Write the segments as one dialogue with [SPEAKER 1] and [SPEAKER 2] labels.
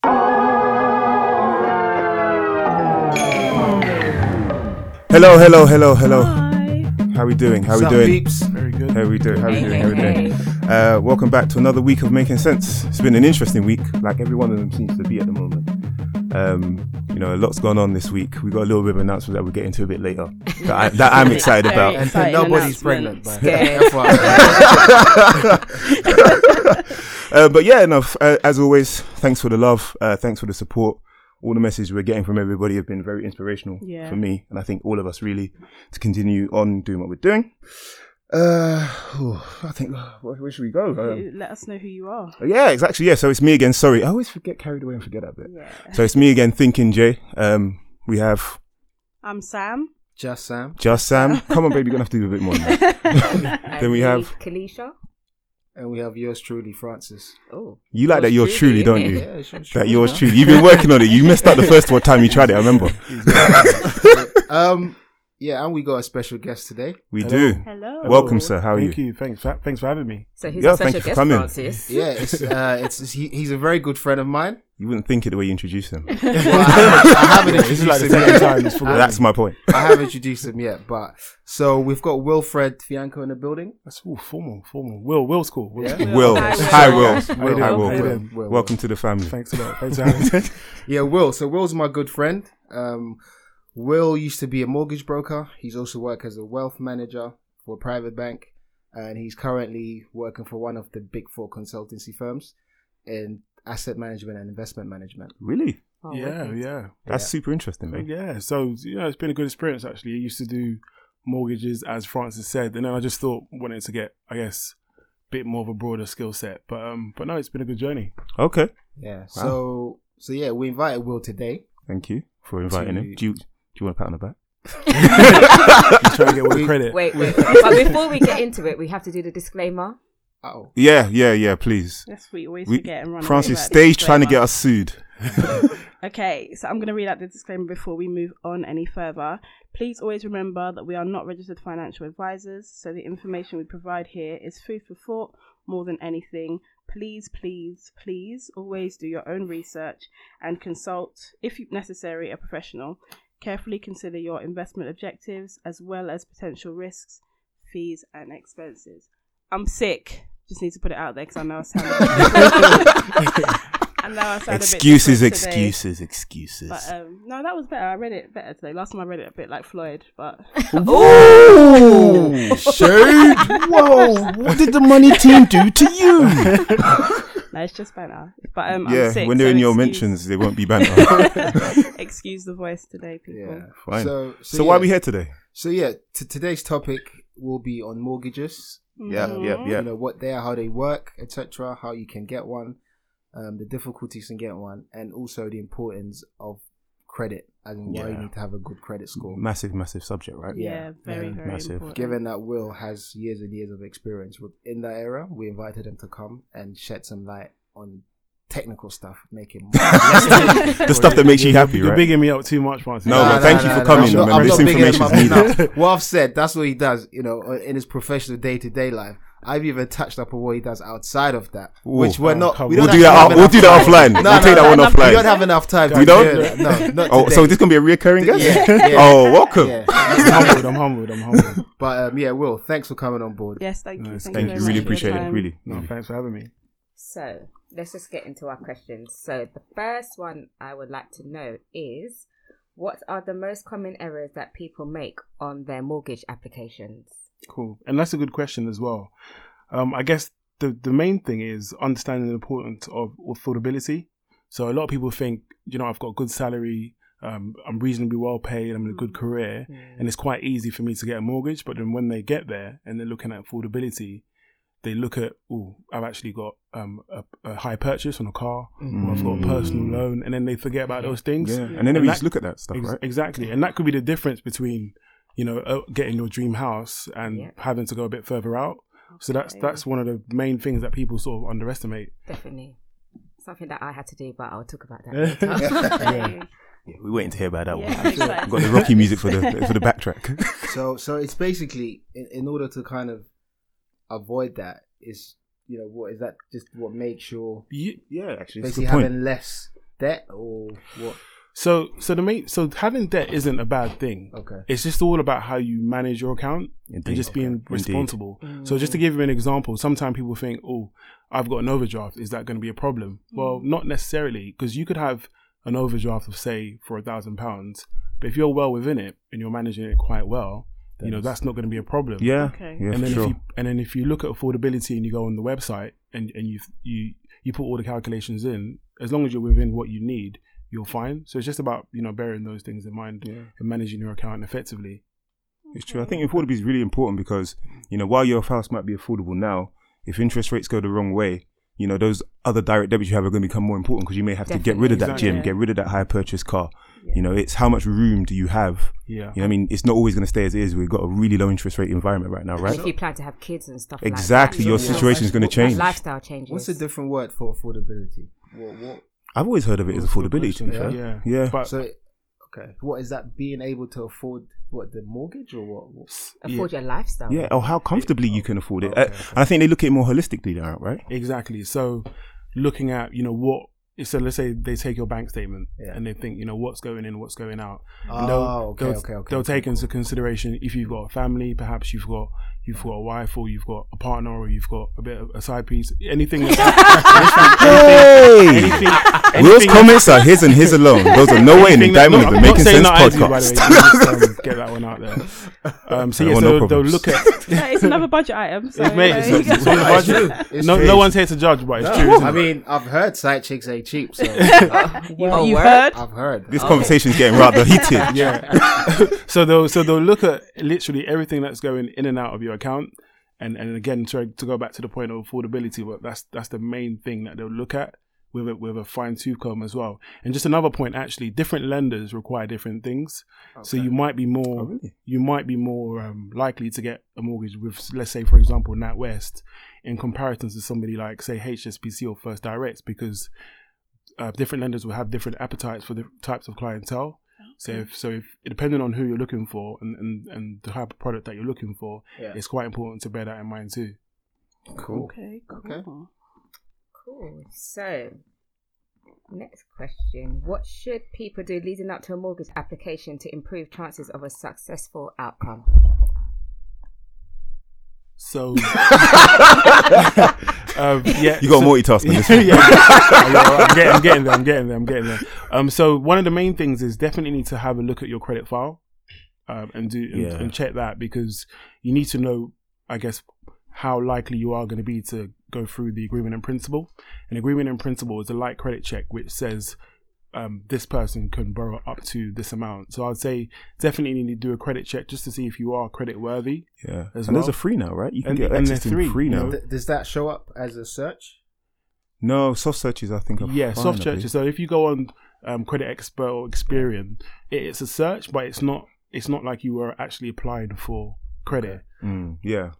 [SPEAKER 1] Hello, hello, hello, hello.
[SPEAKER 2] Hi.
[SPEAKER 1] How we doing? How we
[SPEAKER 3] Sup,
[SPEAKER 1] doing?
[SPEAKER 3] Peeps? Very good.
[SPEAKER 1] How we doing? How we
[SPEAKER 2] Hey,
[SPEAKER 1] doing? How we
[SPEAKER 2] hey,
[SPEAKER 1] doing? Uh, welcome back to another week of making sense. It's been an interesting week, like every one of them seems to be at the moment. Um, you know, a lot's gone on this week. We got a little bit of announcement that we'll get into a bit later. That, I, that I'm excited
[SPEAKER 2] Very
[SPEAKER 1] about.
[SPEAKER 3] And
[SPEAKER 2] Exciting
[SPEAKER 3] nobody's pregnant.
[SPEAKER 2] announcement.
[SPEAKER 3] By
[SPEAKER 2] Scary.
[SPEAKER 3] FYI.
[SPEAKER 1] Uh, but yeah, enough. Uh, as always, thanks for the love. Uh, thanks for the support. All the messages we're getting from everybody have been very inspirational
[SPEAKER 2] Yeah.
[SPEAKER 1] for me, and I think all of us really to continue on doing what we're doing. Uh, whew, I think uh, where, where should we go? Um,
[SPEAKER 2] Let us know who you are.
[SPEAKER 1] Yeah, it's actually yeah. So it's me again. Sorry, I always forget carried away and forget that bit.
[SPEAKER 2] Yeah.
[SPEAKER 1] So it's me again. Thinking Jay. Um, we have
[SPEAKER 2] I'm Sam.
[SPEAKER 3] Just Sam.
[SPEAKER 1] just Sam. Come on, baby, you're gonna have to do a bit more. than that. then we have
[SPEAKER 4] Kalisha.
[SPEAKER 3] And we have yours truly, Francis.
[SPEAKER 4] Oh,
[SPEAKER 1] you like that. You're truly, don't you?
[SPEAKER 3] Yeah, it's yours
[SPEAKER 1] That
[SPEAKER 3] truly,
[SPEAKER 1] yours
[SPEAKER 3] man.
[SPEAKER 1] truly. You've been working on it. You messed up the first one time you tried it. I remember.
[SPEAKER 3] um, yeah, and we got a special guest today.
[SPEAKER 1] We do.
[SPEAKER 2] Hello.
[SPEAKER 1] Welcome, sir. How are
[SPEAKER 5] Thank
[SPEAKER 1] you?
[SPEAKER 5] you. Thanks. fa- Thanks for having me.
[SPEAKER 4] so who's
[SPEAKER 1] Yeah,
[SPEAKER 4] the special
[SPEAKER 1] thank you for
[SPEAKER 4] guest,
[SPEAKER 1] coming.
[SPEAKER 4] Francis?
[SPEAKER 3] Yeah, it's, uh, it's, it's he, he's a very good friend of mine.
[SPEAKER 1] You wouldn't think it the way you introduced him.
[SPEAKER 3] Well, I haven't, I haven't
[SPEAKER 5] This is
[SPEAKER 3] introduced
[SPEAKER 5] like the
[SPEAKER 3] him
[SPEAKER 5] second
[SPEAKER 3] yet.
[SPEAKER 5] time. It's forgotten.
[SPEAKER 1] That's my point.
[SPEAKER 3] I haven't introduced him yet, but so we've got Wilfred Fianco in the building.
[SPEAKER 5] That's all formal, formal. Will, Will's cool. Will's cool.
[SPEAKER 1] Will.
[SPEAKER 2] Hi, Will.
[SPEAKER 1] Hi, Will.
[SPEAKER 5] Will.
[SPEAKER 1] Hi,
[SPEAKER 5] How you
[SPEAKER 1] Will.
[SPEAKER 5] doing?
[SPEAKER 1] Welcome to the family.
[SPEAKER 5] Thanks a lot. Thanks for having me.
[SPEAKER 3] Yeah, Will. So Will's my good friend. Um, Will used to be a mortgage broker. He's also worked as a wealth manager for a private bank, and he's currently working for one of the big four consultancy firms in asset management and investment management.
[SPEAKER 1] Really?
[SPEAKER 4] Oh,
[SPEAKER 5] yeah,
[SPEAKER 4] okay.
[SPEAKER 5] yeah,
[SPEAKER 1] That's super interesting, mate.
[SPEAKER 5] yeah. So you know, it's been a good experience actually. I used to do mortgages, as Francis said, and then I just thought wanted to get, I guess, a bit more of a broader skill set. But um, but no, it's been a good journey.
[SPEAKER 1] Okay.
[SPEAKER 3] Yeah. So so yeah, we invited Will today.
[SPEAKER 1] Thank you for inviting him. Do you, do you want a pat on the back?
[SPEAKER 5] Just trying to get all the credit.
[SPEAKER 4] Wait, wait. but before we get into it, we have to do the disclaimer.
[SPEAKER 3] Oh,
[SPEAKER 1] Yeah, yeah, yeah, please.
[SPEAKER 2] That's what you always
[SPEAKER 1] We,
[SPEAKER 2] forget and run
[SPEAKER 1] Francis,
[SPEAKER 2] away about.
[SPEAKER 1] stage trying to get
[SPEAKER 2] Disclaimer.
[SPEAKER 1] us sued.
[SPEAKER 2] Okay, so I'm going to read out the disclaimer before we move on any further. Please always remember that we are not registered financial advisors, so the information we provide here is food for thought more than anything. Please, please, please always do your own research and consult, if necessary, a professional. Carefully consider your investment objectives as well as potential risks, fees, and expenses. I'm sick. Just need to put it out there because I know I sound. I know I sound a bit
[SPEAKER 1] Excuses,
[SPEAKER 2] different today.
[SPEAKER 1] excuses, excuses.
[SPEAKER 2] But um, no, that was better. I read it better today. Last time I read it a bit like Floyd, but
[SPEAKER 4] Oh!
[SPEAKER 1] Ooh, shade! Whoa, what did the money team do to you?
[SPEAKER 2] no, it's just better. But um,
[SPEAKER 1] yeah,
[SPEAKER 2] I'm sick,
[SPEAKER 1] when they're
[SPEAKER 2] so
[SPEAKER 1] in your
[SPEAKER 2] excuse-
[SPEAKER 1] mentions, they won't be banter.
[SPEAKER 2] excuse the voice today, people.
[SPEAKER 3] yeah.
[SPEAKER 1] Fine.
[SPEAKER 3] So
[SPEAKER 1] so, why
[SPEAKER 3] yeah.
[SPEAKER 1] are we here today?
[SPEAKER 3] So yeah, t- today's topic will be on mortgages.
[SPEAKER 1] Yeah,
[SPEAKER 2] Mm-hmm.
[SPEAKER 1] yeah, yeah.
[SPEAKER 3] you know what they are, how they work, etc., how you can get one, um, the difficulties in getting one, and also the importance of credit and why you
[SPEAKER 1] Yeah.
[SPEAKER 3] need to have a good credit score.
[SPEAKER 1] Massive, massive subject, right?
[SPEAKER 2] Yeah,
[SPEAKER 3] Yeah,
[SPEAKER 2] very,
[SPEAKER 3] yeah,
[SPEAKER 2] very
[SPEAKER 1] massive.
[SPEAKER 2] important.
[SPEAKER 3] Given that Will has years and years of experience with- in that era, we invited him to come and shed some light on technical stuff, make it more.
[SPEAKER 1] the stuff that makes you happy,
[SPEAKER 5] You're
[SPEAKER 1] right?
[SPEAKER 5] bigging me up too much, Francis.
[SPEAKER 1] No, but thank you for coming,
[SPEAKER 3] I'm not-
[SPEAKER 1] man.
[SPEAKER 3] I'm
[SPEAKER 1] This
[SPEAKER 3] not bigging him
[SPEAKER 1] information's
[SPEAKER 3] up enough. What I've said, that's what he does, you know, in his professional day to day life. I've even touched up on what he does outside of that,
[SPEAKER 1] Ooh.
[SPEAKER 3] which we're not.
[SPEAKER 5] come
[SPEAKER 3] We
[SPEAKER 1] We'll
[SPEAKER 3] don't
[SPEAKER 1] do that.
[SPEAKER 3] actually have
[SPEAKER 1] off- We'll
[SPEAKER 3] enough
[SPEAKER 1] do
[SPEAKER 3] time.
[SPEAKER 1] that offline.
[SPEAKER 3] No,
[SPEAKER 1] we'll
[SPEAKER 3] no,
[SPEAKER 1] take that one
[SPEAKER 2] no,
[SPEAKER 3] We don't
[SPEAKER 1] offline.
[SPEAKER 3] have enough time.
[SPEAKER 1] We
[SPEAKER 3] to
[SPEAKER 1] don't?
[SPEAKER 3] do that. No, not
[SPEAKER 1] Oh,
[SPEAKER 3] today.
[SPEAKER 1] so this gonna be a reoccurring guest?
[SPEAKER 3] Yeah, yeah.
[SPEAKER 1] Oh, welcome.
[SPEAKER 3] Yeah.
[SPEAKER 5] I'm humbled. I'm humbled. I'm humbled.
[SPEAKER 3] But um, yeah, Will, thanks for coming on board.
[SPEAKER 2] Yes, thank you.
[SPEAKER 5] Nice,
[SPEAKER 2] Thank,
[SPEAKER 1] Thank
[SPEAKER 2] you.
[SPEAKER 1] you.
[SPEAKER 2] very
[SPEAKER 1] Really
[SPEAKER 2] much for
[SPEAKER 1] appreciate
[SPEAKER 2] your
[SPEAKER 1] it.
[SPEAKER 2] time.
[SPEAKER 1] Really.
[SPEAKER 5] No, thanks for having me.
[SPEAKER 4] So let's just get into our questions. So the first one I would like to know is, what are the most common errors that people make on their mortgage applications?
[SPEAKER 5] Cool. And that's a good question as well. Um, I guess the, the main thing is understanding the importance of affordability. So a lot of people think, you know, I've got a good salary, um, I'm reasonably well paid, I'm in a good
[SPEAKER 2] Mm.
[SPEAKER 5] career,
[SPEAKER 1] Hmm.
[SPEAKER 5] and it's quite easy for me to get a mortgage. But then when they get there and they're looking at affordability, they look at, oh, I've actually got um, a, a high purchase on a car,
[SPEAKER 2] Mm.
[SPEAKER 5] or I've got a personal loan, and then they forget about those things.
[SPEAKER 1] Mm. Yeah. And then we
[SPEAKER 5] that-
[SPEAKER 1] just look at that stuff,
[SPEAKER 5] Ex-
[SPEAKER 1] right?
[SPEAKER 5] Exactly, and that could be the difference between you know uh, getting your dream house and
[SPEAKER 4] Yeah.
[SPEAKER 5] having to go a bit further out. So that's
[SPEAKER 4] Okay.
[SPEAKER 5] that's one of the main things that people sort of underestimate.
[SPEAKER 4] Definitely something that I had to do, but I'll talk about that later.
[SPEAKER 1] Yeah, we're waiting to hear about that
[SPEAKER 2] Yeah,
[SPEAKER 1] one.
[SPEAKER 2] I'm excited.
[SPEAKER 1] Got the Rocky music for the for the backtrack.
[SPEAKER 3] So, so it's basically in, in order to kind of avoid that is you know what is that just what makes sure
[SPEAKER 5] You,
[SPEAKER 1] yeah, actually,
[SPEAKER 3] basically having less debt or what?
[SPEAKER 5] So so the main so having debt isn't a bad thing.
[SPEAKER 3] Okay.
[SPEAKER 5] It's just all about how you manage your account
[SPEAKER 1] Indeed.
[SPEAKER 5] and just being
[SPEAKER 1] Indeed.
[SPEAKER 5] responsible. So just to give you an example, sometimes people think, "Oh, I've got an overdraft. Is that going to be a problem?" Well, not necessarily, because you could have an overdraft of say for a thousand pounds, but if you're well within it and you're managing it quite well, you know that's not going to be a problem.
[SPEAKER 1] Yeah.
[SPEAKER 2] Okay.
[SPEAKER 1] Yeah,
[SPEAKER 5] and
[SPEAKER 1] for
[SPEAKER 5] then
[SPEAKER 1] sure.
[SPEAKER 5] if you and then if you look at affordability and you go on the website and and you you you put all the calculations in, as long as you're within what you need, you're fine. So it's just about you know bearing those things in mind and managing your account effectively.
[SPEAKER 1] It's true. I think affordability is really important because you know while your house might be affordable now, if interest rates go the wrong way, you know those other direct debits you have are going to become more important because you may have to get rid of that
[SPEAKER 5] Definitely.
[SPEAKER 1] gym,
[SPEAKER 2] Exactly.
[SPEAKER 1] get rid of that high purchase car. You know, it's how much room do you have?
[SPEAKER 5] Yeah.
[SPEAKER 1] You know, what I mean, it's not always going to stay as it is. We've got a really low interest rate environment right now,
[SPEAKER 4] And
[SPEAKER 1] right?
[SPEAKER 4] if you plan to have kids and stuff
[SPEAKER 1] Exactly,
[SPEAKER 4] like
[SPEAKER 1] your
[SPEAKER 4] that.
[SPEAKER 1] situation is going to
[SPEAKER 3] What-
[SPEAKER 1] change.
[SPEAKER 4] Lifestyle changes.
[SPEAKER 3] What's a different word for affordability? What, what?
[SPEAKER 1] I've always heard of it as affordability. To be
[SPEAKER 5] Yeah.
[SPEAKER 1] fair.
[SPEAKER 5] Yeah.
[SPEAKER 1] yeah.
[SPEAKER 5] But
[SPEAKER 3] So, okay. What is that? Being able to afford what the mortgage or what? what?
[SPEAKER 4] Afford your lifestyle.
[SPEAKER 1] Yeah, or how comfortably you can afford it. Uh, and I think they look at it more holistically now, right?
[SPEAKER 5] Exactly. So looking at, you know, what so let's say they take your bank statement
[SPEAKER 3] Yeah.
[SPEAKER 5] and they think, you know, what's going in, what's going out.
[SPEAKER 3] Oh,
[SPEAKER 5] And they'll-
[SPEAKER 3] okay,
[SPEAKER 5] they'll,
[SPEAKER 3] okay, okay,
[SPEAKER 5] They'll
[SPEAKER 3] okay,
[SPEAKER 5] take
[SPEAKER 3] cool.
[SPEAKER 5] into consideration if you've got a family, perhaps you've got you've got a wife or you've got a partner or you've got a bit of a side piece. Anything
[SPEAKER 1] Hey!
[SPEAKER 5] anything,
[SPEAKER 1] Will's
[SPEAKER 5] anything
[SPEAKER 1] comments are his and his alone. Those are no way in the diamond of the Making
[SPEAKER 5] saying
[SPEAKER 1] Sense
[SPEAKER 5] that I do, by
[SPEAKER 1] podcast.
[SPEAKER 5] the way. Just, um, get that one out there. Um, so
[SPEAKER 1] I want
[SPEAKER 5] yeah, so
[SPEAKER 1] no
[SPEAKER 5] they'll, they'll
[SPEAKER 1] problems.
[SPEAKER 5] look at
[SPEAKER 2] That is another budget item. So
[SPEAKER 5] it's, mate,
[SPEAKER 2] there
[SPEAKER 5] it's,
[SPEAKER 2] you
[SPEAKER 5] it's,
[SPEAKER 2] go.
[SPEAKER 5] on the
[SPEAKER 3] It's
[SPEAKER 5] budget.
[SPEAKER 3] true. It's
[SPEAKER 5] No,
[SPEAKER 3] true.
[SPEAKER 5] no one's here to judge, but it's true. Isn't
[SPEAKER 3] I
[SPEAKER 5] it?
[SPEAKER 3] mean, I've heard side chicks ain't cheap, so uh,
[SPEAKER 4] Oh,
[SPEAKER 2] you
[SPEAKER 4] word?
[SPEAKER 2] heard?
[SPEAKER 3] I've heard.
[SPEAKER 1] This conversation's getting rather heated.
[SPEAKER 5] yeah. so they'll so they'll look at literally everything that's going in and out of your account, and and again to to go back to the point of affordability, but that's that's the main thing that they'll look at with a, with a fine tooth comb as well. And just another point, actually, different lenders require different things. So you might be more you might be more um, likely to get a mortgage with, let's say, for example, NatWest, in comparison to somebody like say HSBC or First Direct, because uh, different lenders will have different appetites for the types of clientele. So, if, so if, depending on who you're looking for and, and, and the type of product that you're looking for,
[SPEAKER 3] Yeah.
[SPEAKER 5] it's quite important to bear that in mind too.
[SPEAKER 3] Cool.
[SPEAKER 2] Okay, cool.
[SPEAKER 3] Okay.
[SPEAKER 4] Cool. So, next question: What should people do leading up to a mortgage application to improve chances of a successful outcome?
[SPEAKER 5] So, um, yeah,
[SPEAKER 1] You got
[SPEAKER 5] so-
[SPEAKER 1] multitasking this week.
[SPEAKER 5] yeah, I know, I'm, getting, I'm getting there. I'm getting there. I'm getting there. Um, so one of the main things is definitely need to have a look at your credit file, um, and do and,
[SPEAKER 1] Yeah.
[SPEAKER 5] and check that because you need to know, I guess, how likely you are going to be to go through the agreement in principle. An agreement in principle is a light credit check which says um, this person can borrow up to this amount. So I'd say definitely need to do a credit check just to see if you are credit worthy.
[SPEAKER 1] Yeah.
[SPEAKER 5] As
[SPEAKER 1] and those
[SPEAKER 5] well.
[SPEAKER 1] are free now, right? You can
[SPEAKER 5] And-
[SPEAKER 1] get
[SPEAKER 5] and
[SPEAKER 1] access to
[SPEAKER 5] they're
[SPEAKER 1] them
[SPEAKER 5] free,
[SPEAKER 1] free
[SPEAKER 5] you
[SPEAKER 1] now.
[SPEAKER 5] know.
[SPEAKER 3] Th- does that show up as a search?
[SPEAKER 1] No, soft searches, I think. Are
[SPEAKER 5] yeah,
[SPEAKER 1] fine,
[SPEAKER 5] soft
[SPEAKER 1] I
[SPEAKER 5] search.
[SPEAKER 1] believe.
[SPEAKER 5] So if you go on um, Credit Expert or Experian, it, it's a search, but it's not it's not like you were actually applying for credit.
[SPEAKER 1] Mm, yeah.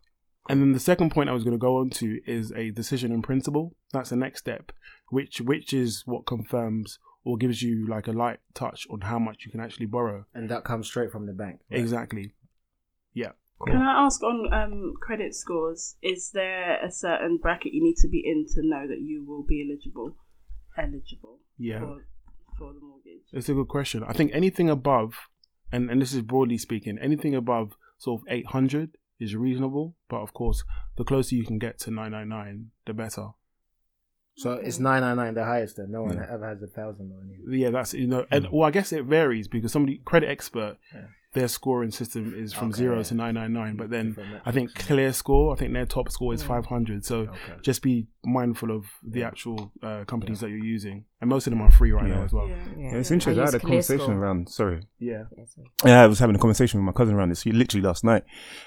[SPEAKER 5] And then the second point I was going to go on to is a decision in principle. That's the next step, which which is what confirms or gives you like a light touch on how much you can actually borrow.
[SPEAKER 3] And that comes straight from the bank. right?
[SPEAKER 5] Exactly. Yeah.
[SPEAKER 2] Can I ask on um, credit scores, is there a certain bracket you need to be in to know that you will be eligible eligible
[SPEAKER 5] Yeah.
[SPEAKER 2] for, for the mortgage?
[SPEAKER 5] It's a good question. I think anything above, and, and this is broadly speaking, anything above sort of 800 is reasonable. But of course, the closer you can get to 999, the better.
[SPEAKER 3] So it's nine nine nine, the highest. Then no one
[SPEAKER 1] Yeah.
[SPEAKER 3] ever has a thousand or anything.
[SPEAKER 5] Yeah, that's, you know, and well, I guess it varies because somebody, credit expert, their scoring system is from
[SPEAKER 3] Okay,
[SPEAKER 5] zero
[SPEAKER 3] yeah.
[SPEAKER 5] to 999. But
[SPEAKER 3] Different
[SPEAKER 5] then I
[SPEAKER 3] metrics,
[SPEAKER 5] think clear score, I think their top score is 500. So just be mindful of the actual uh, companies that you're using. And most of them are free right now
[SPEAKER 1] Yeah.
[SPEAKER 5] as well.
[SPEAKER 2] Yeah.
[SPEAKER 1] yeah. It's interesting. I, had a conversation around. Sorry.
[SPEAKER 5] Yeah.
[SPEAKER 1] Yeah, I was having a conversation with my cousin around this literally last night.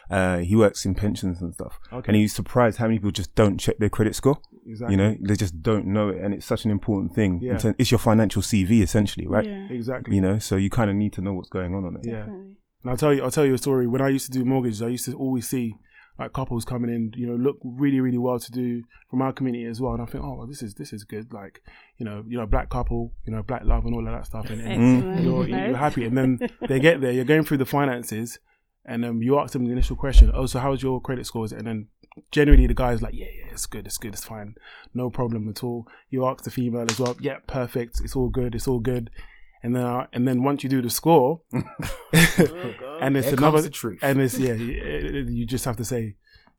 [SPEAKER 1] Uh, he works in pensions and stuff,
[SPEAKER 5] Okay.
[SPEAKER 1] and he's surprised how many people just don't check their credit score.
[SPEAKER 5] Exactly.
[SPEAKER 1] You know, they just don't know it, and it's such an important thing.
[SPEAKER 5] Yeah.
[SPEAKER 1] In terms- It's your financial CV essentially, right?
[SPEAKER 2] Yeah.
[SPEAKER 5] Exactly.
[SPEAKER 1] You know, so you kind of need to know what's going on on it.
[SPEAKER 5] Yeah.
[SPEAKER 2] Definitely.
[SPEAKER 5] And I'll tell you, I'll tell you a story. When I used to do mortgages, I used to always see like couples coming in, you know, look really, really well to do from our community as well. And I think, oh, well, this is this is good. Like, you know, you know, black couple, you know, black love and all of that stuff. And, and
[SPEAKER 2] Excellent.
[SPEAKER 5] Mm-hmm. you're,
[SPEAKER 2] No.
[SPEAKER 5] you're happy. And then they get there, you're going through the finances, and um, you ask them the initial question, oh, so how's your credit scores? And then generally the guy's like, yeah, yeah, it's good, it's good, it's fine, no problem at all. You ask the female as well, yeah, perfect, it's all good, it's all good. and then I, and then once you do the score, and it's
[SPEAKER 3] Oh, Here comes
[SPEAKER 5] another
[SPEAKER 3] the truth.
[SPEAKER 5] and it's yeah, you you just have to say,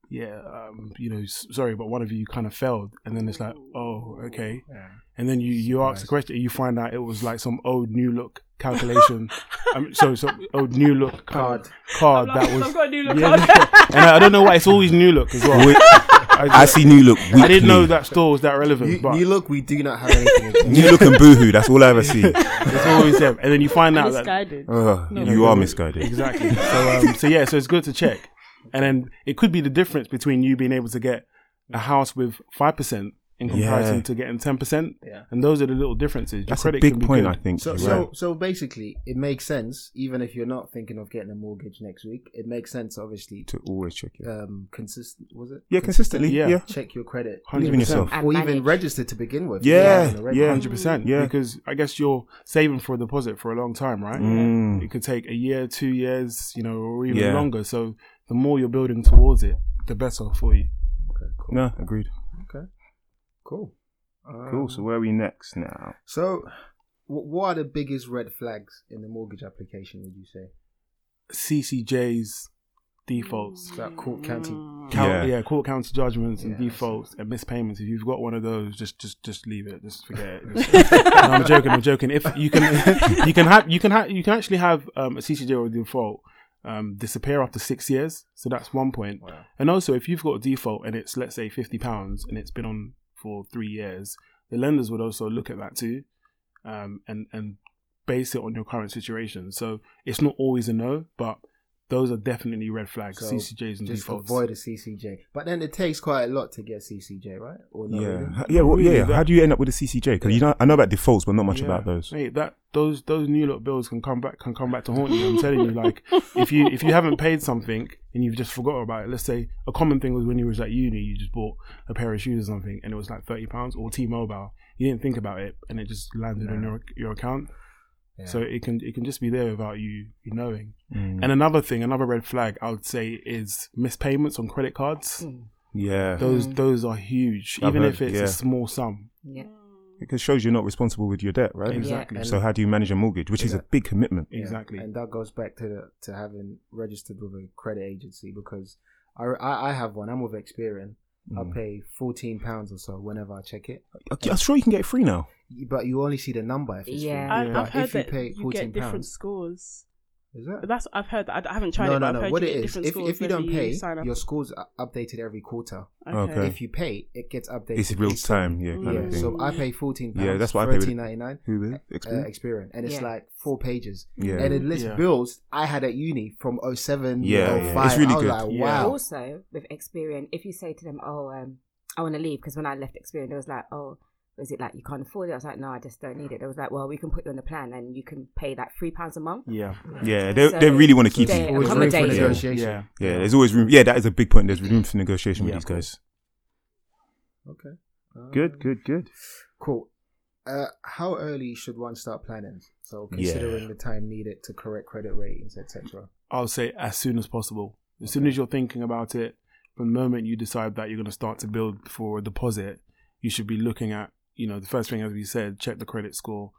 [SPEAKER 5] yeah, um, you know, s- sorry, but one of you kind of failed, and then it's like, oh, okay,
[SPEAKER 3] Yeah.
[SPEAKER 5] and then you you ask
[SPEAKER 3] Nice.
[SPEAKER 5] the question, you find out it was like some old new look calculation, um, so some old new look card
[SPEAKER 3] Card.
[SPEAKER 5] card
[SPEAKER 2] Like,
[SPEAKER 5] that was,
[SPEAKER 2] I've got a new look
[SPEAKER 5] yeah,
[SPEAKER 2] on.
[SPEAKER 5] yeah. and I, I don't know why it's always new look as well.
[SPEAKER 1] Wi- I see New Look. Weekly.
[SPEAKER 5] I didn't know that store was that relevant,
[SPEAKER 3] You,
[SPEAKER 5] but
[SPEAKER 3] you look, we do not have anything. against-
[SPEAKER 1] New Look and Boohoo. That's all I ever see.
[SPEAKER 5] it's always them, and then you find out that
[SPEAKER 2] Misguided.
[SPEAKER 1] Ugh, you are misguided.
[SPEAKER 5] Exactly. So, um, so yeah, so it's good to check. And then it could be the difference between you being able to get a house with 5% in comparison
[SPEAKER 1] Yeah.
[SPEAKER 5] to getting 10%.
[SPEAKER 3] Yeah.
[SPEAKER 5] And those are the little differences. Your
[SPEAKER 1] That's a
[SPEAKER 5] credit can
[SPEAKER 1] big
[SPEAKER 5] be
[SPEAKER 1] point,
[SPEAKER 5] good.
[SPEAKER 1] I think.
[SPEAKER 3] So,
[SPEAKER 1] You're
[SPEAKER 3] so,
[SPEAKER 1] right.
[SPEAKER 3] so basically, it makes sense. Even if you're not thinking of getting a mortgage next week, it makes sense. Obviously, to
[SPEAKER 1] to always check it.
[SPEAKER 3] um, consistent was it?
[SPEAKER 1] Yeah, consistently.
[SPEAKER 5] yeah.
[SPEAKER 1] Yeah,
[SPEAKER 3] Check your credit,
[SPEAKER 5] 100%.
[SPEAKER 1] Even yourself.
[SPEAKER 4] And
[SPEAKER 3] or
[SPEAKER 4] manage.
[SPEAKER 3] even register to begin with.
[SPEAKER 1] Yeah,
[SPEAKER 3] You know, already.
[SPEAKER 1] yeah.
[SPEAKER 5] 100%.
[SPEAKER 1] Yeah.
[SPEAKER 5] Because I guess you're saving for a deposit for a long time, right?
[SPEAKER 1] Mm.
[SPEAKER 5] It could take a year, two years, you know, or even
[SPEAKER 1] Yeah.
[SPEAKER 5] longer. So the more you're building towards it, the better for you.
[SPEAKER 3] Okay, cool.
[SPEAKER 1] No, agreed.
[SPEAKER 3] Okay, cool. Um,
[SPEAKER 1] Cool. So where are we next now?
[SPEAKER 3] So, wh- what are the biggest red flags in the mortgage application? Would you say?
[SPEAKER 5] CCJ's defaults.
[SPEAKER 3] Is that court county?
[SPEAKER 4] Mm.
[SPEAKER 5] Count,
[SPEAKER 1] Yeah.
[SPEAKER 5] yeah. court counter judgments and
[SPEAKER 3] Yeah.
[SPEAKER 5] defaults and missed payments. If you've got one of those, just just just leave it. Just forget it. Just- No, I'm joking. I'm joking. If you can, you can have you can have you can actually have um, a CCJ or default um, disappear after six years. So that's one point.
[SPEAKER 3] Wow.
[SPEAKER 5] And also, if you've got a default and it's let's say fifty pounds and it's been on for three years, the lenders would also look at that too, um, and and base it on your current situation. So it's not always a no, but those are definitely red flags.
[SPEAKER 3] So,
[SPEAKER 5] CCJs and
[SPEAKER 3] Just
[SPEAKER 5] defaults.
[SPEAKER 3] avoid a CCJ. But then it takes quite a lot to get CCJ, right? Or not
[SPEAKER 1] Yeah,
[SPEAKER 3] really?
[SPEAKER 1] H- yeah, well,
[SPEAKER 5] Really,
[SPEAKER 1] yeah.
[SPEAKER 5] that-
[SPEAKER 1] How do you end up with a CCJ? Because you know, I know about defaults, but not much
[SPEAKER 5] Yeah.
[SPEAKER 1] about those.
[SPEAKER 5] Mate, that those those new look bills can come back can come back to haunt you. I'm telling you, like if you if you haven't paid something and you've just forgot about it, let's say a common thing was when you was at uni, you just bought a pair of shoes or something, and it was like thirty pounds or T-Mobile. You didn't think about it, and it just landed on your your account.
[SPEAKER 3] Yeah.
[SPEAKER 5] So it can it can just be there without you you knowing.
[SPEAKER 1] Mm.
[SPEAKER 5] And another thing, another red flag I would say is mispayments on credit cards.
[SPEAKER 3] Mm.
[SPEAKER 4] Mm,
[SPEAKER 1] Yeah,
[SPEAKER 5] Those those are huge,
[SPEAKER 1] I've
[SPEAKER 5] even
[SPEAKER 1] heard,
[SPEAKER 5] if it's
[SPEAKER 1] yeah.
[SPEAKER 5] a small sum.
[SPEAKER 4] Yeah.
[SPEAKER 1] it shows you're not responsible with your debt, right?
[SPEAKER 5] Exactly.
[SPEAKER 1] So how do you manage a mortgage, which is a big commitment?
[SPEAKER 3] Yeah,
[SPEAKER 5] Exactly.
[SPEAKER 3] and that goes back to the, to having registered with a credit agency because I, I, I have one. I'm with Experian.
[SPEAKER 2] Mm.
[SPEAKER 3] I pay fourteen pounds or so whenever I check it,
[SPEAKER 1] I- Mm. I'm sure you can get it free now.
[SPEAKER 3] but you only see the number if it's
[SPEAKER 4] Yeah.
[SPEAKER 3] free.
[SPEAKER 2] I've,
[SPEAKER 5] Yeah.
[SPEAKER 2] I've
[SPEAKER 3] But
[SPEAKER 2] heard
[SPEAKER 3] if you
[SPEAKER 2] that
[SPEAKER 3] pay
[SPEAKER 2] you
[SPEAKER 3] fourteen
[SPEAKER 2] get different
[SPEAKER 3] pounds,
[SPEAKER 2] scores.
[SPEAKER 3] is that?
[SPEAKER 2] That's I have heard that. I, I haven't tried
[SPEAKER 3] no,
[SPEAKER 2] it, but
[SPEAKER 3] no,
[SPEAKER 2] I've
[SPEAKER 3] no.
[SPEAKER 2] heard
[SPEAKER 3] What
[SPEAKER 2] you
[SPEAKER 3] it
[SPEAKER 2] get
[SPEAKER 3] is,
[SPEAKER 2] different
[SPEAKER 3] if,
[SPEAKER 2] scores
[SPEAKER 3] if you
[SPEAKER 2] whenever
[SPEAKER 3] don't pay,
[SPEAKER 2] sign up.
[SPEAKER 3] your scores are updated every quarter.
[SPEAKER 1] Okay.
[SPEAKER 2] Okay.
[SPEAKER 3] If you pay, it gets updated.
[SPEAKER 1] It's real
[SPEAKER 3] instantly.
[SPEAKER 1] time, yeah, kind
[SPEAKER 3] Yeah,
[SPEAKER 1] of thing.
[SPEAKER 3] so I pay fourteen pounds.
[SPEAKER 1] Yeah, that's what I pay with-
[SPEAKER 3] Thirteen ninety nine.
[SPEAKER 1] Who is
[SPEAKER 3] uh,
[SPEAKER 1] Explain.
[SPEAKER 3] Experian, and it's
[SPEAKER 4] Yeah.
[SPEAKER 3] like four pages.
[SPEAKER 1] Yeah.
[SPEAKER 3] and it lists
[SPEAKER 5] Yeah.
[SPEAKER 3] bills I had at uni from 07
[SPEAKER 1] Yeah,
[SPEAKER 3] yeah,
[SPEAKER 1] yeah. It's
[SPEAKER 3] 05.
[SPEAKER 1] really
[SPEAKER 3] I was
[SPEAKER 1] good.
[SPEAKER 3] Like,
[SPEAKER 5] Yeah.
[SPEAKER 3] wow.
[SPEAKER 4] Also, with Experian, if you say to them, "Oh, um, I want to leave," because when I left Experian, it was like, "Oh, is it like you can't afford it?" I was like, "No, I just don't need it." They was like, "Well, we can put you on the plan, and you can pay like three pounds a month."
[SPEAKER 5] yeah.
[SPEAKER 1] Yeah, they,
[SPEAKER 4] So
[SPEAKER 1] they really want to keep
[SPEAKER 4] they
[SPEAKER 1] you.
[SPEAKER 3] Always room for
[SPEAKER 4] accommodate you.
[SPEAKER 3] negotiation.
[SPEAKER 5] Yeah.
[SPEAKER 1] Yeah, there's always room. Yeah, that is a big point. There's room for negotiation
[SPEAKER 5] Yeah.
[SPEAKER 1] with these guys.
[SPEAKER 3] Okay. Um,
[SPEAKER 1] good, good.
[SPEAKER 3] Cool. Uh, how early should one start planning? So considering the time needed to correct credit ratings, etc.
[SPEAKER 5] I'll say as soon as possible. As soon as you're thinking about it, from the moment you decide that you're going to start to build for a deposit, you should be looking at, you know, the first thing, as we said, check the credit score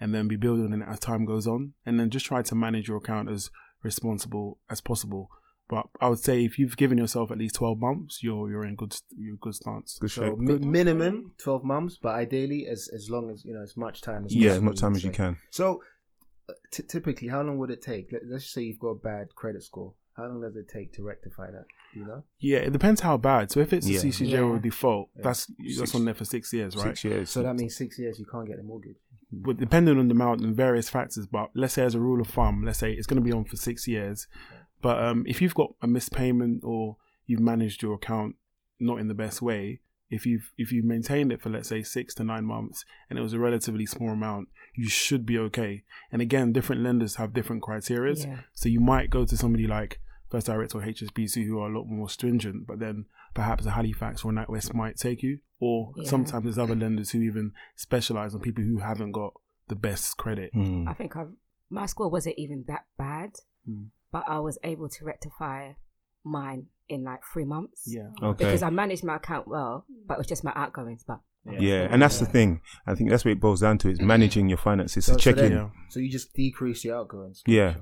[SPEAKER 5] and then be building it as time goes on. And then just try to manage your account as responsible as possible. But I would say if you've given yourself at least 12 months, you're, you're in good, st- you're in good stance.
[SPEAKER 1] Good
[SPEAKER 3] So
[SPEAKER 1] shape.
[SPEAKER 3] mi- minimum 12 months, but ideally as, as long as, you know, as much time as
[SPEAKER 1] Yeah, as
[SPEAKER 3] possible,
[SPEAKER 1] much time
[SPEAKER 3] you'd
[SPEAKER 1] as you
[SPEAKER 3] say.
[SPEAKER 1] can.
[SPEAKER 3] So uh, t- typically, how long would it take? Let, let's say you've got a bad credit score. How long does it take to rectify that? You know?
[SPEAKER 5] Yeah, it depends how bad. So if it's
[SPEAKER 1] Yeah.
[SPEAKER 5] a CCJ
[SPEAKER 4] Yeah.
[SPEAKER 5] or default, that's,
[SPEAKER 1] Six-
[SPEAKER 5] that's on there for six years, right?
[SPEAKER 1] Six years.
[SPEAKER 3] So that means six years you can't get a mortgage.
[SPEAKER 5] but depending on the amount and various factors, but let's say as a rule of thumb, let's say it's going to be on for six years. But um, if you've got a missed payment or you've managed your account not in the best way, if you've if you've maintained it for let's say six to nine months and it was a relatively small amount, you should be okay. And again, different lenders have different criteria.
[SPEAKER 4] Yeah.
[SPEAKER 5] So you might go to somebody like First Direct or HSBC who are a lot more stringent, but then perhaps a Halifax or a NatWest might take you. Or
[SPEAKER 4] Yeah.
[SPEAKER 5] sometimes there's other lenders who even specialize on people who haven't got the best credit.
[SPEAKER 1] Hmm.
[SPEAKER 4] I think I've, my score wasn't even that bad,
[SPEAKER 5] Mm.
[SPEAKER 4] but I was able to rectify mine in like three months.
[SPEAKER 5] Yeah.
[SPEAKER 1] Okay.
[SPEAKER 4] Because I managed my account well, but it was just my outgoings. But
[SPEAKER 1] Yeah, and that's the thing. I think that's what it boils down to: is managing your finances,
[SPEAKER 3] So,
[SPEAKER 1] so
[SPEAKER 3] so
[SPEAKER 1] checking.
[SPEAKER 3] then- so you just decrease your outgoings.
[SPEAKER 1] yeah,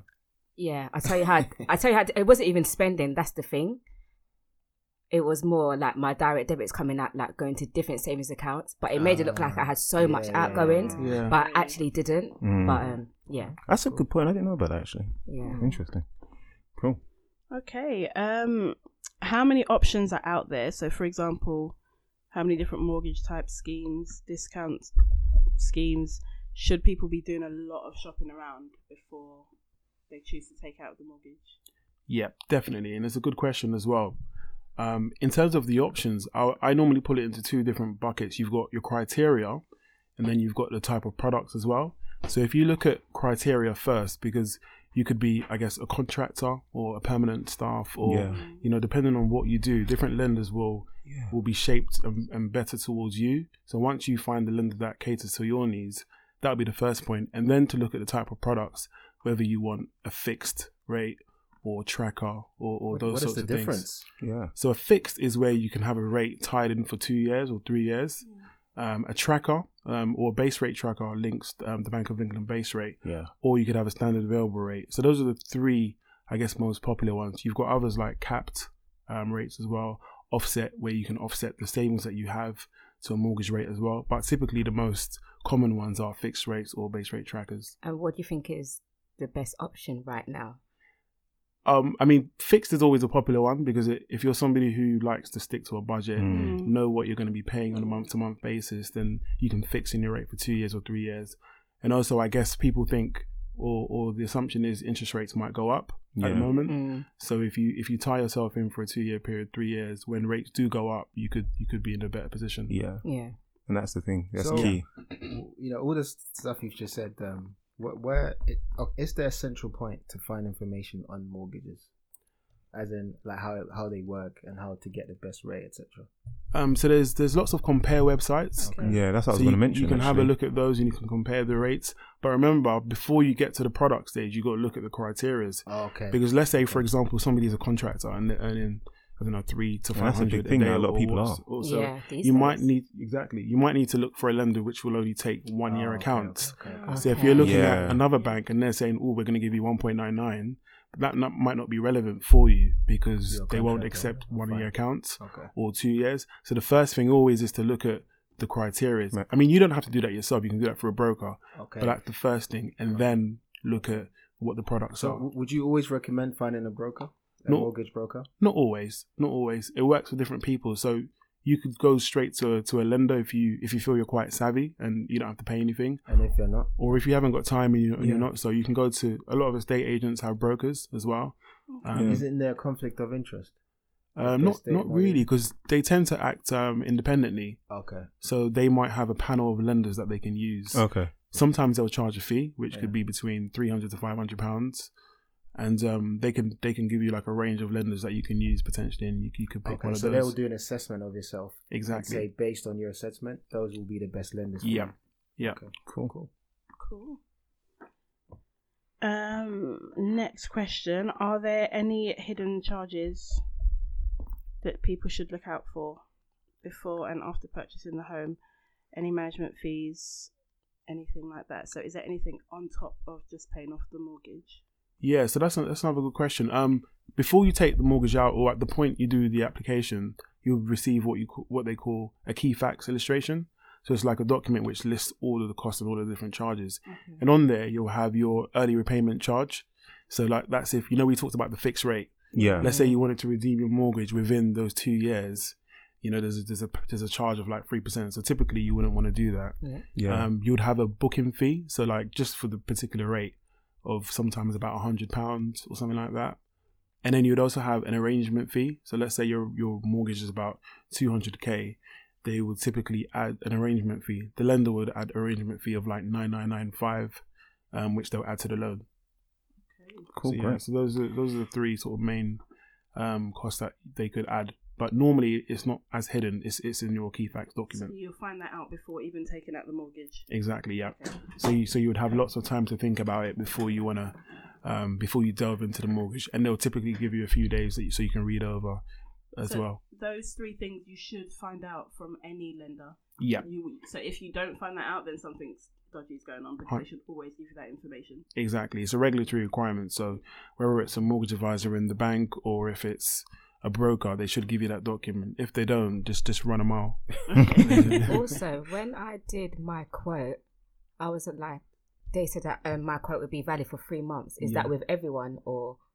[SPEAKER 4] Yeah, I tell you how. I tell you how. It wasn't even spending. That's the thing. It was more like my direct debits coming out, like going to different savings accounts. But it made it look like I had so much
[SPEAKER 3] yeah, yeah,
[SPEAKER 4] outgoings,
[SPEAKER 5] Ah, yeah.
[SPEAKER 4] but I actually didn't.
[SPEAKER 1] Mm.
[SPEAKER 4] But um, yeah,
[SPEAKER 1] that's a good point. I didn't know about that actually.
[SPEAKER 4] yeah.
[SPEAKER 5] Mm-hmm.
[SPEAKER 1] Interesting. Cool.
[SPEAKER 2] Okay. Um, how many options are out there? So, for example, how many different mortgage type schemes, discount schemes? Should people be doing a lot of shopping around before they choose to take out the mortgage?
[SPEAKER 5] Yeah, definitely, and it's a good question as well. Um, in terms of the options, I, I normally put it into two different buckets. You've got your criteria, and then you've got the type of products as well. So if you look at criteria first, because you could be, I guess, a contractor or a permanent staff, or
[SPEAKER 1] Yeah.
[SPEAKER 5] you know, depending on what you do, different lenders will will be shaped and, and better towards you. So once you find the lender that caters to your needs, that would be the first point, and then to look at the type of products, whether you want a fixed rate or tracker or, or
[SPEAKER 3] What-
[SPEAKER 5] those
[SPEAKER 3] what is
[SPEAKER 5] sorts
[SPEAKER 3] the
[SPEAKER 5] of things.
[SPEAKER 3] difference?
[SPEAKER 1] Yeah.
[SPEAKER 5] So a fixed is where you can have a rate tied in for two years or three years. Um, a tracker um, or a base rate tracker links um, the Bank of England base rate,
[SPEAKER 1] Yeah.
[SPEAKER 5] or you could have a standard available rate. So those are the three, I guess, most popular ones. You've got others like capped um, rates as well, offset where you can offset the savings that you have to a mortgage rate as well. But typically, the most common ones are fixed rates or base rate trackers.
[SPEAKER 4] And what do you think is the best option right now?
[SPEAKER 5] Um, I mean, fixed is always a popular one because it, if you're somebody who likes to stick to a budget,
[SPEAKER 1] Mm.
[SPEAKER 5] know what you're going to be paying on a month to month basis, then you can fix in your rate for two years or three years. And also, I guess people think, or, or the assumption is interest rates might go up at
[SPEAKER 1] Yeah.
[SPEAKER 5] the moment.
[SPEAKER 4] Mm.
[SPEAKER 5] So if you if you tie yourself in for a two year period, three years, when rates do go up, you could you could be in a better position.
[SPEAKER 1] Yeah.
[SPEAKER 4] Yeah.
[SPEAKER 1] And that's the thing. That's
[SPEAKER 3] So-
[SPEAKER 1] key.
[SPEAKER 3] you know all this stuff you've just said um where, where it, oh, is there a central point to find information on mortgages as in like how how they work and how to get the best rate etc
[SPEAKER 5] Um. So there's there's lots of compare websites.
[SPEAKER 1] Yeah. that's what I was going
[SPEAKER 5] So you,
[SPEAKER 1] to mention.
[SPEAKER 5] you can have a
[SPEAKER 1] actually.
[SPEAKER 5] look at those and you can compare the rates. But remember, before you get to the product stage, you got to look at the criterias.
[SPEAKER 3] okay
[SPEAKER 5] Because let's say, for example, somebody's a contractor and they're earning, I don't know, three to
[SPEAKER 1] And
[SPEAKER 5] five
[SPEAKER 1] that's a big
[SPEAKER 5] hundred a
[SPEAKER 1] thing
[SPEAKER 5] day.
[SPEAKER 1] that a lot of
[SPEAKER 5] or
[SPEAKER 1] people
[SPEAKER 5] what's-
[SPEAKER 1] are.
[SPEAKER 5] or so.
[SPEAKER 4] Yeah, these
[SPEAKER 5] you might
[SPEAKER 4] days.
[SPEAKER 5] need exactly. You might need to look for a lender which will only take one
[SPEAKER 1] Oh,
[SPEAKER 5] year accounts.
[SPEAKER 3] Oh, okay, okay,
[SPEAKER 5] So if
[SPEAKER 4] Okay.
[SPEAKER 5] you're looking
[SPEAKER 1] Yeah.
[SPEAKER 5] at another bank and they're saying, "Oh, we're going to give you 1.99," that not, might not be relevant for you because
[SPEAKER 3] Your
[SPEAKER 5] they won't
[SPEAKER 3] contractor.
[SPEAKER 5] accept one year accounts
[SPEAKER 3] okay.
[SPEAKER 5] or two years. So the first thing always is to look at the criteria.
[SPEAKER 1] Right.
[SPEAKER 5] I mean, you don't have to do that yourself. You can do that for a broker,
[SPEAKER 3] okay.
[SPEAKER 5] but that's the first thing, and then look at what the products
[SPEAKER 3] so
[SPEAKER 5] are.
[SPEAKER 3] w- would you always recommend finding a broker a
[SPEAKER 5] No.
[SPEAKER 3] mortgage broker
[SPEAKER 5] not always not always it works for different people so you could go straight to to a lender if you if you feel you're quite savvy and you don't have to pay anything
[SPEAKER 3] and if you're not
[SPEAKER 5] or if you haven't got time and, you, and
[SPEAKER 3] Yeah.
[SPEAKER 5] you're not so you can go to a lot of estate agents have brokers as well um,
[SPEAKER 3] isn't there a conflict of interest
[SPEAKER 5] um, not
[SPEAKER 3] Estate
[SPEAKER 5] not
[SPEAKER 3] lawyer.
[SPEAKER 5] really because they tend to act um, independently
[SPEAKER 3] okay
[SPEAKER 5] so they might have a panel of lenders that they can use
[SPEAKER 1] Okay.
[SPEAKER 5] sometimes they'll charge a fee which
[SPEAKER 3] Yeah.
[SPEAKER 5] could be between 300 to 500 pounds and um, they can they can give you like a range of lenders that you can use potentially and you, you could pick
[SPEAKER 3] okay
[SPEAKER 5] one of
[SPEAKER 3] so
[SPEAKER 5] those
[SPEAKER 3] they'll do an assessment of yourself and
[SPEAKER 5] exactly
[SPEAKER 3] say
[SPEAKER 1] Mm-hmm.
[SPEAKER 3] based on your assessment those will be the best lenders for
[SPEAKER 5] Yeah.
[SPEAKER 3] you.
[SPEAKER 5] Yeah.
[SPEAKER 3] okay.
[SPEAKER 1] Cool. Cool.
[SPEAKER 2] Cool. Um, next question Are there any hidden charges that people should look out for before and after purchasing the home? Any management fees, anything like that? So, is there anything on top of just paying off the mortgage?
[SPEAKER 5] Yeah, so that's that's another good question. Um, before you take the mortgage out, or at the point you do the application, you'll receive what you ca- what they call a key facts illustration. So it's like a document which lists all of the costs and all of the different charges, and on there you'll have your early repayment charge. So like that's if you know we talked about the fixed rate.
[SPEAKER 1] Yeah.
[SPEAKER 5] Let's say you wanted to redeem your mortgage within those two years. You know, there's a, there's a there's a charge of like three percent. So typically you wouldn't want to do that
[SPEAKER 4] Yeah.
[SPEAKER 1] yeah.
[SPEAKER 5] um, you'd have a booking fee. So like just for the particular rate of sometimes about a hundred pounds or something like that. And then you'd also have an arrangement fee. So let's say your your mortgage is about two hundred k, they would typically add an arrangement fee. The lender would add arrangement fee of like nine nine nine five, um, which they'll add to the loan.
[SPEAKER 1] cool.
[SPEAKER 5] so, yeah,
[SPEAKER 1] great.
[SPEAKER 5] so those are those are the three sort of main um, costs that they could add. But normally it's not as hidden. It's it's in your key facts
[SPEAKER 2] So,
[SPEAKER 5] document.
[SPEAKER 2] you'll find that out before even taking out the mortgage.
[SPEAKER 5] Exactly. Yeah. So you so you would have lots of time to think about it before you wanna um, before you delve into the mortgage, and they'll typically give you a few days that you, so you can read over as
[SPEAKER 2] So
[SPEAKER 5] well.
[SPEAKER 2] Those three things you should find out from any lender.
[SPEAKER 5] Yeah,
[SPEAKER 2] You, so if you don't find that out, then something's dodgy is going on because
[SPEAKER 5] Right.
[SPEAKER 2] they should always give you that information.
[SPEAKER 5] exactly. It's a regulatory requirement. So whether it's a mortgage advisor in the bank or if it's a broker, they should give you that document. If they don't, just just run a mile.
[SPEAKER 4] also, when I did my quote, I was like, they said that um, my quote would be valid for three months. Is
[SPEAKER 5] Yeah.
[SPEAKER 4] that with everyone or?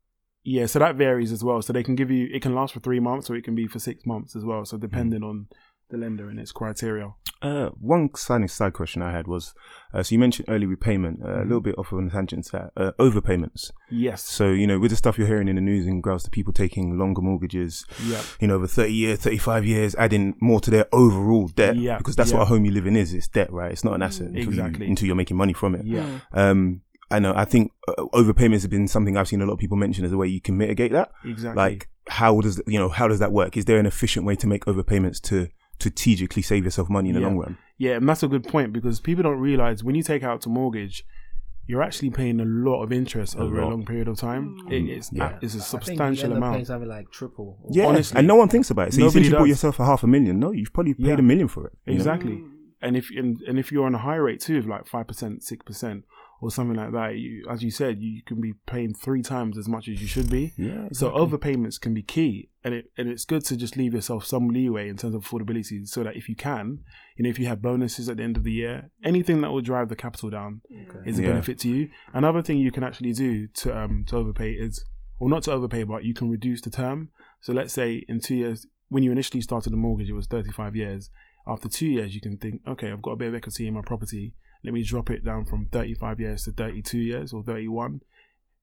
[SPEAKER 5] Yeah, so that varies as well. So they can give you it can last for three months or it can be for six months as well. So depending on the lender and its criteria.
[SPEAKER 1] Uh, one side, side question I had was, uh, so you mentioned early repayment,
[SPEAKER 5] Mm-hmm.
[SPEAKER 1] uh, a little bit off on the tangent, to that, uh, overpayments.
[SPEAKER 5] Yes.
[SPEAKER 1] So, you know, with the stuff you're hearing in the news in regards to people taking longer mortgages,
[SPEAKER 5] Yeah.
[SPEAKER 1] you know, over 30 years, 35 years, adding more to their overall debt,
[SPEAKER 5] Yeah,
[SPEAKER 1] because that's
[SPEAKER 5] yeah. Mm,
[SPEAKER 1] what a home you live in is, it's debt, right? It's not an asset until,
[SPEAKER 5] Exactly.
[SPEAKER 1] you, until you're making money from it.
[SPEAKER 5] Yeah.
[SPEAKER 1] Um, I know, I think uh, overpayments have been something I've seen a lot of people mention as a way you can mitigate that.
[SPEAKER 5] Exactly.
[SPEAKER 1] Like, how does, you know, how does that work? Is there an efficient way to make overpayments to strategically save yourself money in the
[SPEAKER 5] Yeah.
[SPEAKER 1] long run?
[SPEAKER 5] Yeah, and that's a good point because people don't realize when you take out a mortgage, you're actually paying a lot of interest
[SPEAKER 1] A
[SPEAKER 5] over a
[SPEAKER 1] lot.
[SPEAKER 5] long period of time. It, it's,
[SPEAKER 1] Yeah.
[SPEAKER 5] it's a
[SPEAKER 3] Mm. I think you
[SPEAKER 5] substantial
[SPEAKER 3] end up paying
[SPEAKER 5] amount.
[SPEAKER 3] something like triple. or-
[SPEAKER 1] Yeah,
[SPEAKER 5] Honestly.
[SPEAKER 1] and no one thinks about it. So you
[SPEAKER 5] Nobody
[SPEAKER 1] think you bought
[SPEAKER 5] does.
[SPEAKER 1] yourself a half a million? No, you've probably paid
[SPEAKER 5] Yeah.
[SPEAKER 1] a million for it. you know?
[SPEAKER 5] Exactly. And if and, and if you're on a high rate too, of like five percent, six percent, or something like that, you, as you said, you can be paying three times as much as you should be.
[SPEAKER 1] Yeah,
[SPEAKER 5] So overpayments can be key, and it and it's good to just leave yourself some leeway in terms of affordability, so that if you can, you know, if you have bonuses at the end of the year, anything that will drive the capital down is a
[SPEAKER 1] Yeah.
[SPEAKER 5] benefit to you. Another thing you can actually do to um to overpay is, or not to overpay, but you can reduce the term. So let's say in two years, when you initially started the mortgage, it was thirty five years. After two years, you can think, okay, I've got a bit of equity in my property. Let me drop it down from thirty five years to thirty two years or thirty one.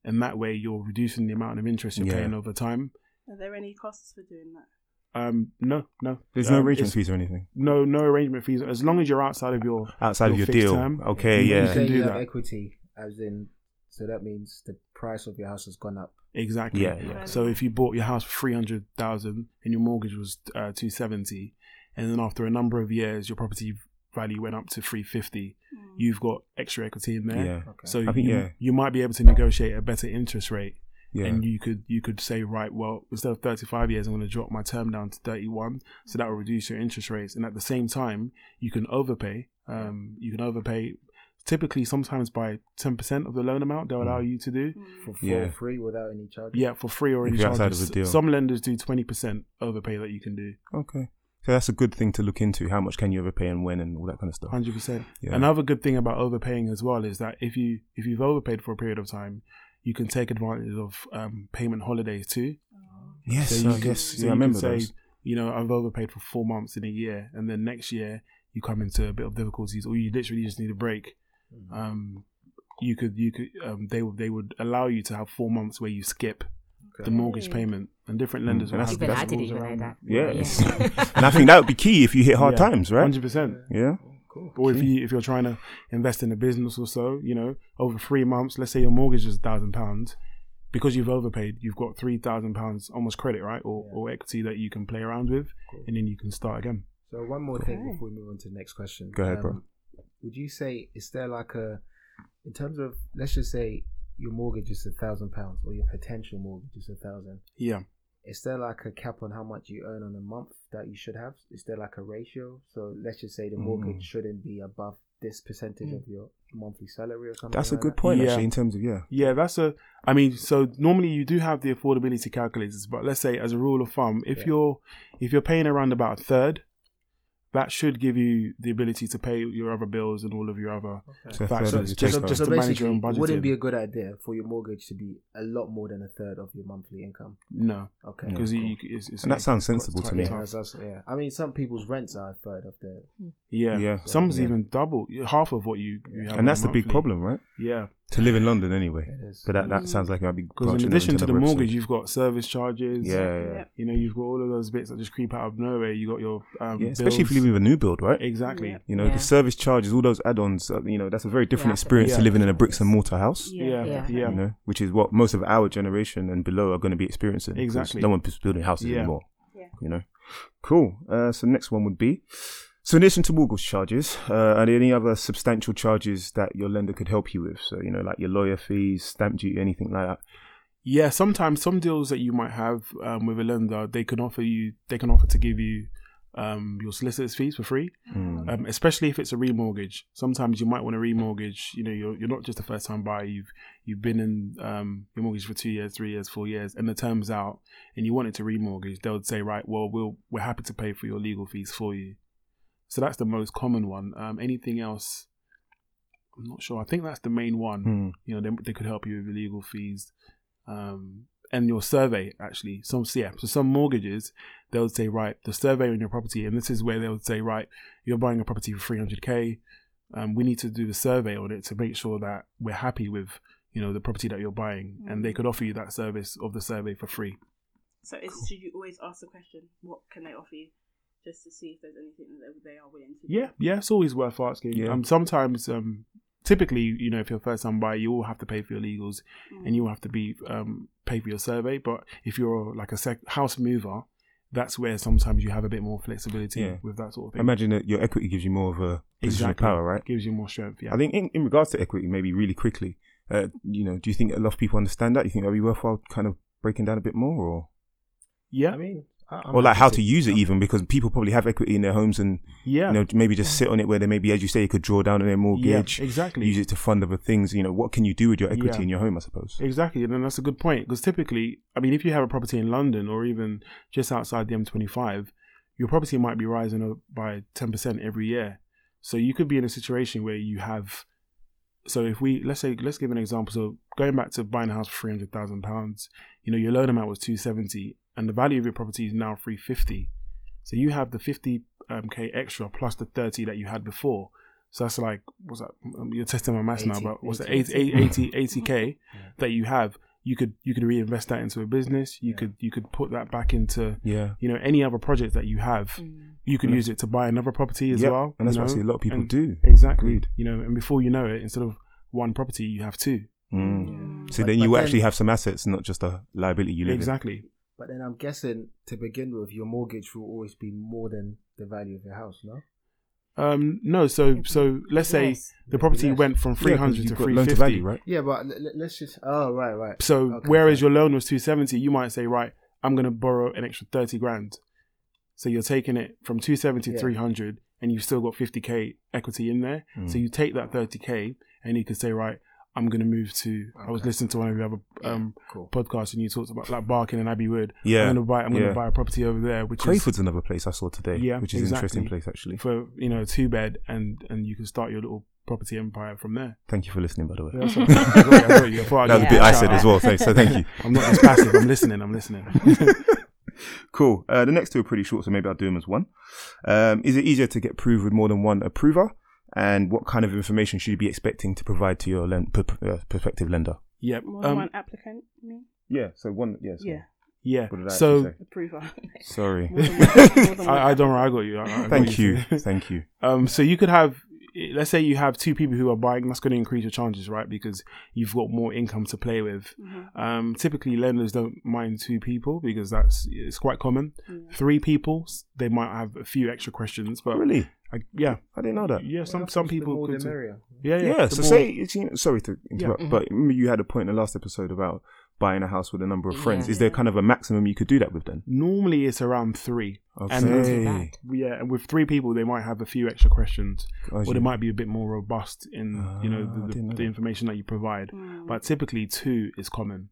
[SPEAKER 5] And that way, you're reducing the amount of interest you're
[SPEAKER 1] Yeah.
[SPEAKER 5] paying over time.
[SPEAKER 2] Are there any costs for doing that?
[SPEAKER 5] Um, no, no.
[SPEAKER 1] There's
[SPEAKER 5] um,
[SPEAKER 1] no arrangement
[SPEAKER 5] it's-
[SPEAKER 1] fees or anything
[SPEAKER 5] No, no arrangement fees. As long as you're outside of your
[SPEAKER 1] outside of your
[SPEAKER 5] fixed
[SPEAKER 1] deal.
[SPEAKER 5] term,
[SPEAKER 1] Okay,
[SPEAKER 5] you
[SPEAKER 1] yeah.
[SPEAKER 3] You say
[SPEAKER 5] do
[SPEAKER 3] you have
[SPEAKER 5] that.
[SPEAKER 3] equity, as in, so that means the price of your house has gone up.
[SPEAKER 5] Exactly.
[SPEAKER 1] Yeah, yeah.
[SPEAKER 5] So if you bought your house for three hundred thousand and your mortgage was uh, two seventy, and then after a number of years your property value went up to three fifty, you've got extra equity in there.
[SPEAKER 1] Yeah.
[SPEAKER 3] Okay.
[SPEAKER 5] So
[SPEAKER 1] I think,
[SPEAKER 5] you,
[SPEAKER 1] yeah.
[SPEAKER 5] you might be able to negotiate a better interest rate,
[SPEAKER 1] Yeah.
[SPEAKER 5] and you could you could say right, well instead of thirty five years, I'm going to drop my term down to thirty one, so that will reduce your interest rates, and at the same time you can overpay. Um, you can overpay. Typically, sometimes by ten percent of the loan amount, they'll
[SPEAKER 1] Mm.
[SPEAKER 5] allow you to do.
[SPEAKER 4] Mm.
[SPEAKER 3] For, for
[SPEAKER 1] Yeah.
[SPEAKER 3] free without any charge.
[SPEAKER 5] Yeah, for free or
[SPEAKER 1] If
[SPEAKER 5] any
[SPEAKER 1] you're outside
[SPEAKER 5] charges.
[SPEAKER 1] of the deal.
[SPEAKER 5] Some lenders do twenty percent overpay that you can do.
[SPEAKER 1] Okay. So that's a good thing to look into. How much can you overpay and when and all that kind of stuff.
[SPEAKER 5] Hundred percent.
[SPEAKER 1] Yeah.
[SPEAKER 5] Another good thing about overpaying as well is that if you if you've overpaid for a period of time, you can take advantage of um, payment holidays too.
[SPEAKER 1] Yes,
[SPEAKER 5] you
[SPEAKER 1] I
[SPEAKER 5] can-
[SPEAKER 1] guess.
[SPEAKER 5] so
[SPEAKER 1] yeah,
[SPEAKER 5] you
[SPEAKER 1] I
[SPEAKER 5] can
[SPEAKER 1] remember
[SPEAKER 5] say,
[SPEAKER 1] those.
[SPEAKER 5] You know, I've overpaid for four months in a year, and then next year you come into a bit of difficulties, or you literally just need a break.
[SPEAKER 1] Mm.
[SPEAKER 5] Um, you could you could um, they would they would allow you to have four months where you skip the mortgage payment, and different lenders
[SPEAKER 1] Mm,
[SPEAKER 5] will
[SPEAKER 1] and
[SPEAKER 5] have
[SPEAKER 1] that's-
[SPEAKER 4] Even
[SPEAKER 1] that's
[SPEAKER 4] I didn't
[SPEAKER 5] rules
[SPEAKER 4] even know
[SPEAKER 5] around
[SPEAKER 4] that.
[SPEAKER 1] Yeah.
[SPEAKER 4] Yeah.
[SPEAKER 1] and I think that would be key if you hit hard
[SPEAKER 5] Yeah,
[SPEAKER 1] times, right?
[SPEAKER 5] Hundred percent.
[SPEAKER 1] Yeah.
[SPEAKER 3] Oh, Cool.
[SPEAKER 5] Or if you if you're trying to invest in a business or so, you know, over three months, let's say your mortgage is thousand pounds, because you've overpaid, you've got three thousand pounds almost credit, right, or, or equity that you can play around with, and then you can start again.
[SPEAKER 3] So one more thing before we move on to the next question. Um,
[SPEAKER 1] Go ahead, bro.
[SPEAKER 3] Would you say is there like a, in terms of let's just say your mortgage is a thousand pounds or your potential mortgage is a thousand.
[SPEAKER 5] Yeah,
[SPEAKER 3] Is there like a cap on how much you earn on a month that you should have? Is there like a ratio? So let's just say the mortgage
[SPEAKER 1] Mm.
[SPEAKER 3] shouldn't be above this percentage of your monthly salary or something.
[SPEAKER 1] That's a
[SPEAKER 3] like
[SPEAKER 1] good
[SPEAKER 3] that?
[SPEAKER 1] point,
[SPEAKER 5] Yeah.
[SPEAKER 1] actually, in terms of, yeah.
[SPEAKER 5] yeah, that's a. I mean, so normally you do have the affordability calculators, but let's say as a rule of thumb, if you're if you're paying around about a third, that should give you the ability to pay your other bills and all of your other.
[SPEAKER 1] So a
[SPEAKER 5] Facts.
[SPEAKER 1] third of
[SPEAKER 5] So-
[SPEAKER 1] the
[SPEAKER 5] just-
[SPEAKER 1] take-home.
[SPEAKER 5] just-
[SPEAKER 3] so
[SPEAKER 5] to manage
[SPEAKER 3] basically,
[SPEAKER 5] your own
[SPEAKER 3] it wouldn't
[SPEAKER 5] budgeting.
[SPEAKER 3] be a good idea for your mortgage to be a lot more than a third of your monthly income.
[SPEAKER 5] No,
[SPEAKER 3] Okay.
[SPEAKER 5] because you, you- it's, it's
[SPEAKER 1] And that sounds sensible
[SPEAKER 5] quite
[SPEAKER 1] to me.
[SPEAKER 5] tough.
[SPEAKER 3] Yeah, that's- yeah. I mean, some people's rents are a third of their.
[SPEAKER 5] Yeah,
[SPEAKER 1] Yeah.
[SPEAKER 5] Some's
[SPEAKER 1] Yeah.
[SPEAKER 5] even double, half of what you, you have.
[SPEAKER 1] and that's
[SPEAKER 5] on
[SPEAKER 1] the
[SPEAKER 5] a
[SPEAKER 1] big
[SPEAKER 5] monthly.
[SPEAKER 1] problem, right?
[SPEAKER 5] Yeah,
[SPEAKER 1] To live in London anyway.
[SPEAKER 3] It is.
[SPEAKER 1] But that, that sounds like I'd be
[SPEAKER 5] because
[SPEAKER 1] branching
[SPEAKER 5] in addition
[SPEAKER 1] over
[SPEAKER 5] to the
[SPEAKER 1] another
[SPEAKER 5] mortgage,
[SPEAKER 1] episode.
[SPEAKER 5] you've got service charges.
[SPEAKER 1] Yeah, yeah.
[SPEAKER 2] Yep.
[SPEAKER 5] you know, you've got all of those bits that just creep out of nowhere. You got your um,
[SPEAKER 1] Yeah, especially if you
[SPEAKER 5] bills.
[SPEAKER 1] live in a new build, right?
[SPEAKER 5] exactly.
[SPEAKER 2] Yeah.
[SPEAKER 1] You know,
[SPEAKER 4] Yeah.
[SPEAKER 1] the service charges, all those add-ons. uh, You know, that's a very different
[SPEAKER 4] Yeah.
[SPEAKER 1] experience to
[SPEAKER 5] Yeah.
[SPEAKER 1] living in a bricks and mortar house.
[SPEAKER 2] Yeah.
[SPEAKER 5] Yeah, yeah,
[SPEAKER 4] Yeah.
[SPEAKER 1] You know, which is what most of our generation and below are going to be experiencing. 'cause
[SPEAKER 5] Exactly.
[SPEAKER 1] No one's building houses
[SPEAKER 5] Yeah.
[SPEAKER 1] anymore.
[SPEAKER 2] Yeah.
[SPEAKER 1] You know. Cool. Uh, so next one would be. So in addition to mortgage charges, uh, are there any other substantial charges that your lender could help you with? So you know, like your lawyer fees, stamp duty, anything like that.
[SPEAKER 5] Yeah, sometimes some deals that you might have um, with a lender, they can offer you, they can offer to give you um, your solicitor's fees for free,
[SPEAKER 1] Mm.
[SPEAKER 5] um, especially if it's a remortgage. Sometimes you might want to remortgage. You know, you're, you're not just a first time buyer. You've you've been in um, your mortgage for two years, three years, four years, and the term's out, and you wanted to remortgage. They would say, right, well, we'll we're happy to pay for your legal fees for you. So that's the most common one. Um, anything else? I'm not sure. I think that's the main one
[SPEAKER 1] Mm.
[SPEAKER 5] you know they, they could help you with your legal fees um and your survey actually some so yeah so some mortgages they would say right the survey on your property and this is where they would say right you're buying a property for 300k um we need to do the survey on it to make sure that we're happy with you know the property that you're buying and they could offer you that service of the survey for free
[SPEAKER 2] So it's should you always ask the question, what can they offer you, just to see if there's anything that they are willing to do.
[SPEAKER 5] yeah yeah it's always worth asking
[SPEAKER 1] Yeah.
[SPEAKER 5] um sometimes um typically you know if you're a first time buyer you will have to pay for your legals
[SPEAKER 2] Mm.
[SPEAKER 5] and you will have to be um, pay for your survey. But if you're like a sec- house mover, that's where sometimes you have a bit more flexibility
[SPEAKER 1] Yeah.
[SPEAKER 5] with that sort of
[SPEAKER 1] I
[SPEAKER 5] thing.
[SPEAKER 1] imagine that your equity gives you more of a position
[SPEAKER 5] Exactly.
[SPEAKER 1] of power, right?
[SPEAKER 5] gives you more strength. Yeah,
[SPEAKER 1] I think in, in regards to equity, maybe really quickly, uh, you know, do you think a lot of people understand that? You think that'd be worthwhile kind of breaking down a bit more, or
[SPEAKER 5] yeah,
[SPEAKER 3] I mean, I, I'm
[SPEAKER 1] or like
[SPEAKER 3] happy
[SPEAKER 1] how to use it even because people probably have equity in their homes and
[SPEAKER 5] yeah,
[SPEAKER 1] you know maybe just sit on it where they maybe, as you say, could draw down on their mortgage,
[SPEAKER 5] yeah, exactly.
[SPEAKER 1] use it to fund other things. You know, what can you do with your equity
[SPEAKER 5] Yeah.
[SPEAKER 1] in your home? I suppose.
[SPEAKER 5] Exactly, and then that's a good point because typically, I mean, if you have a property in London or even just outside the M25, your property might be rising up by 10% every year. So you could be in a situation where you have. So if we let's say let's give an example. So going back to buying a house for three hundred thousand pounds, you know your loan amount was two seventy, and the value of your property is now three fifty. So you have the fifty um, k extra plus the thirty that you had before. So that's like what's that? Um, You're testing my maths now,
[SPEAKER 3] 80,
[SPEAKER 5] but what's that?
[SPEAKER 3] 80,
[SPEAKER 5] 80, 80 k that you have, you could you could reinvest that into a business. You could you could put that back into
[SPEAKER 1] Yeah.
[SPEAKER 5] you know any other project that you have. You could use it to buy another property as
[SPEAKER 1] Mm. Yep,
[SPEAKER 5] well.
[SPEAKER 1] and that's
[SPEAKER 5] you
[SPEAKER 1] what I
[SPEAKER 5] know,
[SPEAKER 1] see a lot of people
[SPEAKER 5] and-
[SPEAKER 1] do.
[SPEAKER 5] Exactly.
[SPEAKER 1] Agreed.
[SPEAKER 5] You know, and before you know it, instead of one property, you have two.
[SPEAKER 1] Mm.
[SPEAKER 3] Yeah.
[SPEAKER 1] So
[SPEAKER 3] But-
[SPEAKER 1] then
[SPEAKER 3] but
[SPEAKER 1] you actually have some assets, not just a liability you live
[SPEAKER 5] exactly.
[SPEAKER 3] But then I'm guessing to begin with, your mortgage will always be more than the value of your house, no?
[SPEAKER 5] Um, no, so so let's say
[SPEAKER 4] Yes.
[SPEAKER 5] the property
[SPEAKER 3] Yes.
[SPEAKER 5] went from
[SPEAKER 1] in.
[SPEAKER 5] three hundred to
[SPEAKER 1] you've got
[SPEAKER 5] three
[SPEAKER 1] loan
[SPEAKER 5] fifty.
[SPEAKER 1] to value, right?
[SPEAKER 3] Yeah, but l- l- let's just. Oh, right, right.
[SPEAKER 5] So
[SPEAKER 3] Okay,
[SPEAKER 5] whereas
[SPEAKER 3] fine.
[SPEAKER 5] your loan was 270, you might say, right, I'm going to borrow an extra 30 grand. So you're taking it from 270 to
[SPEAKER 3] Yeah.
[SPEAKER 5] 300 and you've still got 50k equity in there.
[SPEAKER 1] Hmm.
[SPEAKER 5] So you take that 30k and you could say, right, I'm going to move to, I was
[SPEAKER 3] Okay.
[SPEAKER 5] listening to one of the other um,
[SPEAKER 3] cool.
[SPEAKER 5] podcasts and you talked about like Barking and Abbey Wood.
[SPEAKER 1] Yeah.
[SPEAKER 5] I'm going to buy, I'm going
[SPEAKER 1] Yeah.
[SPEAKER 5] to buy a property over there, which is
[SPEAKER 1] Crayford's another place I saw today,
[SPEAKER 5] Yeah,
[SPEAKER 1] which is an interesting
[SPEAKER 5] exactly.
[SPEAKER 1] place actually.
[SPEAKER 5] for, you know, two bed and, and you can start your little property empire from there.
[SPEAKER 1] Thank you for listening, by the way.
[SPEAKER 5] Yeah, so- I thought- I thought you- I thought I'd
[SPEAKER 1] That was a
[SPEAKER 5] give
[SPEAKER 1] bit
[SPEAKER 5] you a
[SPEAKER 1] I
[SPEAKER 5] shout
[SPEAKER 1] said
[SPEAKER 5] out.
[SPEAKER 1] as well, so, so thank you.
[SPEAKER 5] I'm not just passive. I'm listening. I'm listening.
[SPEAKER 1] Cool. Uh, the next two are pretty short, so maybe I'll do them as one. Um, is it easier to get approved with more than one approver? And what kind of information should you be expecting to provide to your len- p- p- uh, prospective lender?
[SPEAKER 5] Yep.
[SPEAKER 2] More than
[SPEAKER 5] Um,
[SPEAKER 2] one applicant, you mean?
[SPEAKER 1] Yeah, so one, yeah.
[SPEAKER 2] Yeah,
[SPEAKER 5] yeah.
[SPEAKER 1] What did I
[SPEAKER 5] So,
[SPEAKER 1] actually
[SPEAKER 2] approval.
[SPEAKER 1] Sorry.
[SPEAKER 2] More than one- more than one
[SPEAKER 5] I, I don't worry, I got you. I, I got
[SPEAKER 1] Thank you. Thank you.
[SPEAKER 5] Um, so you could have, let's say you have two people who are buying, that's going to increase your chances, right? Because you've got more income to play with. Um, typically, lenders don't mind two people because that's it's quite common.
[SPEAKER 2] Mm-hmm.
[SPEAKER 5] Three people, s- they might have a few extra questions, but
[SPEAKER 1] Really?
[SPEAKER 5] I, yeah,
[SPEAKER 1] I didn't know that.
[SPEAKER 5] yeah. Some some
[SPEAKER 3] the
[SPEAKER 5] people
[SPEAKER 3] more
[SPEAKER 5] could.
[SPEAKER 3] the merrier.
[SPEAKER 5] Yeah, yeah.
[SPEAKER 1] Yeah,
[SPEAKER 5] the
[SPEAKER 1] so
[SPEAKER 5] more-
[SPEAKER 1] say, it's, you know, sorry to interrupt, but
[SPEAKER 2] mm-hmm.
[SPEAKER 1] remember you had a point in the last episode about buying a house with a number of friends.
[SPEAKER 4] Yeah.
[SPEAKER 1] Is there kind of a maximum you could do that with then?
[SPEAKER 5] normally it's around three,
[SPEAKER 1] Okay.
[SPEAKER 5] and
[SPEAKER 1] Hey.
[SPEAKER 5] yeah, and with three people they might have a few extra questions.
[SPEAKER 1] Got
[SPEAKER 5] or
[SPEAKER 1] you.
[SPEAKER 5] they might be a bit more robust in you know
[SPEAKER 1] Oh, Ah, I
[SPEAKER 5] the,
[SPEAKER 1] didn't know
[SPEAKER 5] the, the
[SPEAKER 1] that.
[SPEAKER 5] information that you provide. But typically, two is common.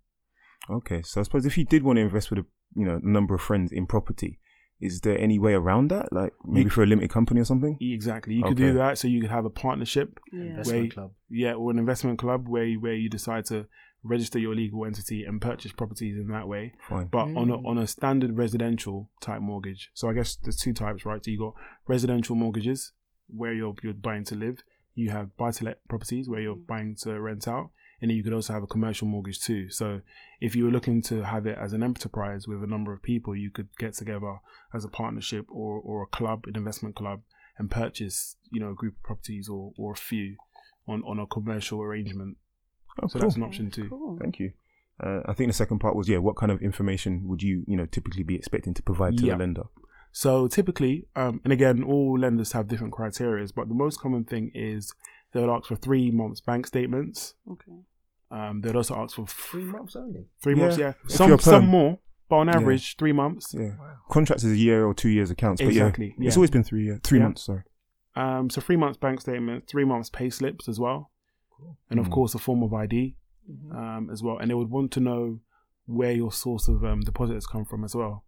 [SPEAKER 1] Okay, so I suppose if you did want to invest with a you know number of friends in property, is there any way around that? Like maybe for a limited company or something?
[SPEAKER 5] Exactly, you could do
[SPEAKER 1] Okay.
[SPEAKER 5] that. So you could have a partnership,
[SPEAKER 2] Yeah.
[SPEAKER 5] where,
[SPEAKER 3] Investment club.
[SPEAKER 5] yeah, or an investment club where you- where you decide to register your legal entity and purchase properties in that way.
[SPEAKER 1] Fine.
[SPEAKER 5] But on a, on a standard residential type mortgage, so I guess there's two types, right? So you got residential mortgages where you're you're buying to live. You have buy to let properties where you're buying to rent out, and then you could also have a commercial mortgage too. So if you were looking to have it as an enterprise with a number of people, you could get together as a partnership or or a club, an investment club, and purchase you know a group of properties or or a few on on a commercial arrangement.
[SPEAKER 1] oh,
[SPEAKER 5] So
[SPEAKER 1] cool.
[SPEAKER 5] that's an option too.
[SPEAKER 2] Cool.
[SPEAKER 1] Thank you. Uh, I think the second part was yeah. What kind of information would you you know typically be expecting to provide to
[SPEAKER 5] Yeah.
[SPEAKER 1] the lender?
[SPEAKER 5] So typically, um, and again, all lenders have different criteria, but the most common thing is they'll ask for three months bank statements.
[SPEAKER 2] Okay.
[SPEAKER 5] Um, they'll also ask for f-
[SPEAKER 3] Three months only.
[SPEAKER 5] three months,
[SPEAKER 1] Yeah,
[SPEAKER 5] yeah.
[SPEAKER 1] if you're
[SPEAKER 5] Some
[SPEAKER 1] perm.
[SPEAKER 5] some more, but on
[SPEAKER 1] Yeah.
[SPEAKER 5] average, three months.
[SPEAKER 1] Yeah. Contracts is a year or two years accounts. But
[SPEAKER 5] Exactly,
[SPEAKER 1] Yeah, it's
[SPEAKER 5] yeah.
[SPEAKER 1] always been three years, three
[SPEAKER 5] Yeah.
[SPEAKER 1] months. Sorry.
[SPEAKER 5] Um, so three months bank statement, three months pay slips as well, and of
[SPEAKER 1] Mm.
[SPEAKER 5] course a form of ID
[SPEAKER 1] Mm-hmm.
[SPEAKER 5] um, as well. And they would want to know where your source of um, deposit has come from as well.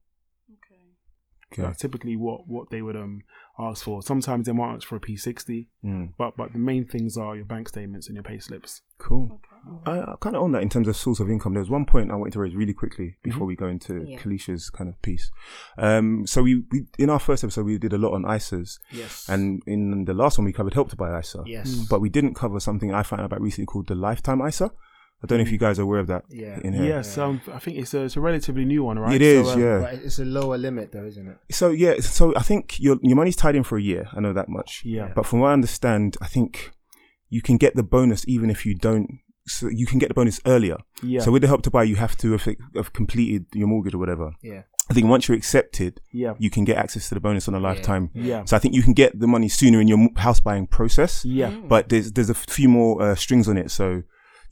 [SPEAKER 2] Okay.
[SPEAKER 5] So That's typically what what they would um, ask for. Sometimes they might ask for a P60,
[SPEAKER 1] Mm.
[SPEAKER 5] but but the main things are your bank statements and your pay slips.
[SPEAKER 1] Cool.
[SPEAKER 2] Okay.
[SPEAKER 1] I, I kind of on that in terms of source of income. There was one point I wanted to raise really quickly
[SPEAKER 3] Mm-hmm.
[SPEAKER 1] before we go into
[SPEAKER 4] Yeah.
[SPEAKER 1] Kalisha's kind of piece. Um, so we, we in our first episode we did a lot on ISAs,
[SPEAKER 3] Yes. Hmm.
[SPEAKER 1] and in the last one we covered Help to Buy ISA.
[SPEAKER 3] yes.
[SPEAKER 1] But we didn't cover something I found out about recently called the Lifetime ISA. I don't know if you guys are aware of that.
[SPEAKER 3] Mm. Yeah.
[SPEAKER 1] In here.
[SPEAKER 5] Yes, um, I think it's a, it's a relatively new one, right?
[SPEAKER 1] It is,
[SPEAKER 5] So, um,
[SPEAKER 1] yeah.
[SPEAKER 3] But it's a lower limit though, isn't it?
[SPEAKER 1] So yeah, so I think your your money's tied in for a year. I know that much.
[SPEAKER 5] Yeah.
[SPEAKER 1] But from what I understand, I think you can get the bonus even if you don't. So you can get the bonus earlier.
[SPEAKER 5] Yeah.
[SPEAKER 1] So with the help to buy, you have to have, have completed your mortgage or whatever.
[SPEAKER 3] Yeah.
[SPEAKER 1] I think once you're accepted,
[SPEAKER 5] Yeah.
[SPEAKER 1] you can get access to the bonus on a lifetime.
[SPEAKER 5] Yeah.
[SPEAKER 1] So I think you can get the money sooner in your m- house buying process.
[SPEAKER 5] Yeah.
[SPEAKER 3] Hmm.
[SPEAKER 1] But there's there's a few more uh, strings on it, so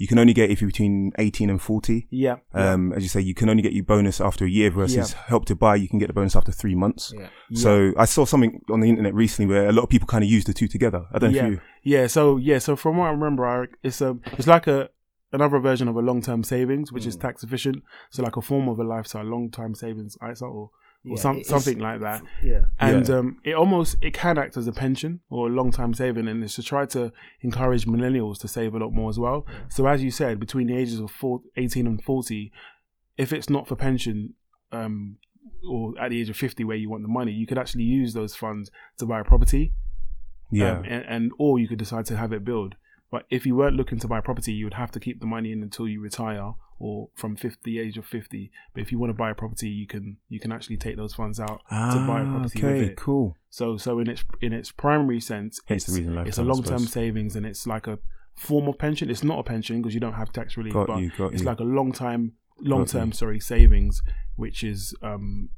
[SPEAKER 1] you can only get if you're between 18 and 40.
[SPEAKER 5] Yeah.
[SPEAKER 1] Um, as you say, you can only get your bonus after a year versus
[SPEAKER 5] Yeah.
[SPEAKER 1] help to buy. You can get the bonus after three months.
[SPEAKER 3] Yeah.
[SPEAKER 1] So I saw something on the internet recently where a lot of people kind of use the two together. I don't know
[SPEAKER 5] yeah.
[SPEAKER 1] if you.
[SPEAKER 5] Yeah. So yeah. So from what I remember, Eric, it's a it's like a another version of a long term savings, which is
[SPEAKER 1] Mm.
[SPEAKER 5] tax efficient. So like a form of a lifestyle long term savings ISA or, or
[SPEAKER 3] Yeah,
[SPEAKER 5] some,
[SPEAKER 3] it's-
[SPEAKER 5] something like that.
[SPEAKER 3] Yeah.
[SPEAKER 5] And
[SPEAKER 1] Yeah.
[SPEAKER 5] um, it almost it can act as a pension or a long time saving, and it's to try to encourage millennials to save a lot more as well. So as you said, between the ages of four, 18 and forty, if it's not for pension. Um, or at the age of 50 where you want the money you could actually use those funds to buy a property
[SPEAKER 1] Yeah.
[SPEAKER 5] um, and, and or you could decide to have it build. But if you weren't looking to buy property, you would have to keep the money in until you retire or from 50, the age of 50. But if you want to buy a property, you can you can actually take those funds out to buy a
[SPEAKER 1] Ah,
[SPEAKER 5] property with
[SPEAKER 1] okay,
[SPEAKER 5] it.
[SPEAKER 1] cool.
[SPEAKER 5] So so in its in its primary sense,
[SPEAKER 1] Hence
[SPEAKER 5] it's
[SPEAKER 1] the reason
[SPEAKER 5] it's
[SPEAKER 1] lifetime,
[SPEAKER 5] a
[SPEAKER 1] I
[SPEAKER 5] long term
[SPEAKER 1] suppose.
[SPEAKER 5] savings and it's like a form of pension. It's not a pension because you don't have tax relief,
[SPEAKER 1] Got
[SPEAKER 5] but
[SPEAKER 1] you, got
[SPEAKER 5] it's
[SPEAKER 1] you.
[SPEAKER 5] like a long time long term
[SPEAKER 1] you.
[SPEAKER 5] sorry savings, which is um,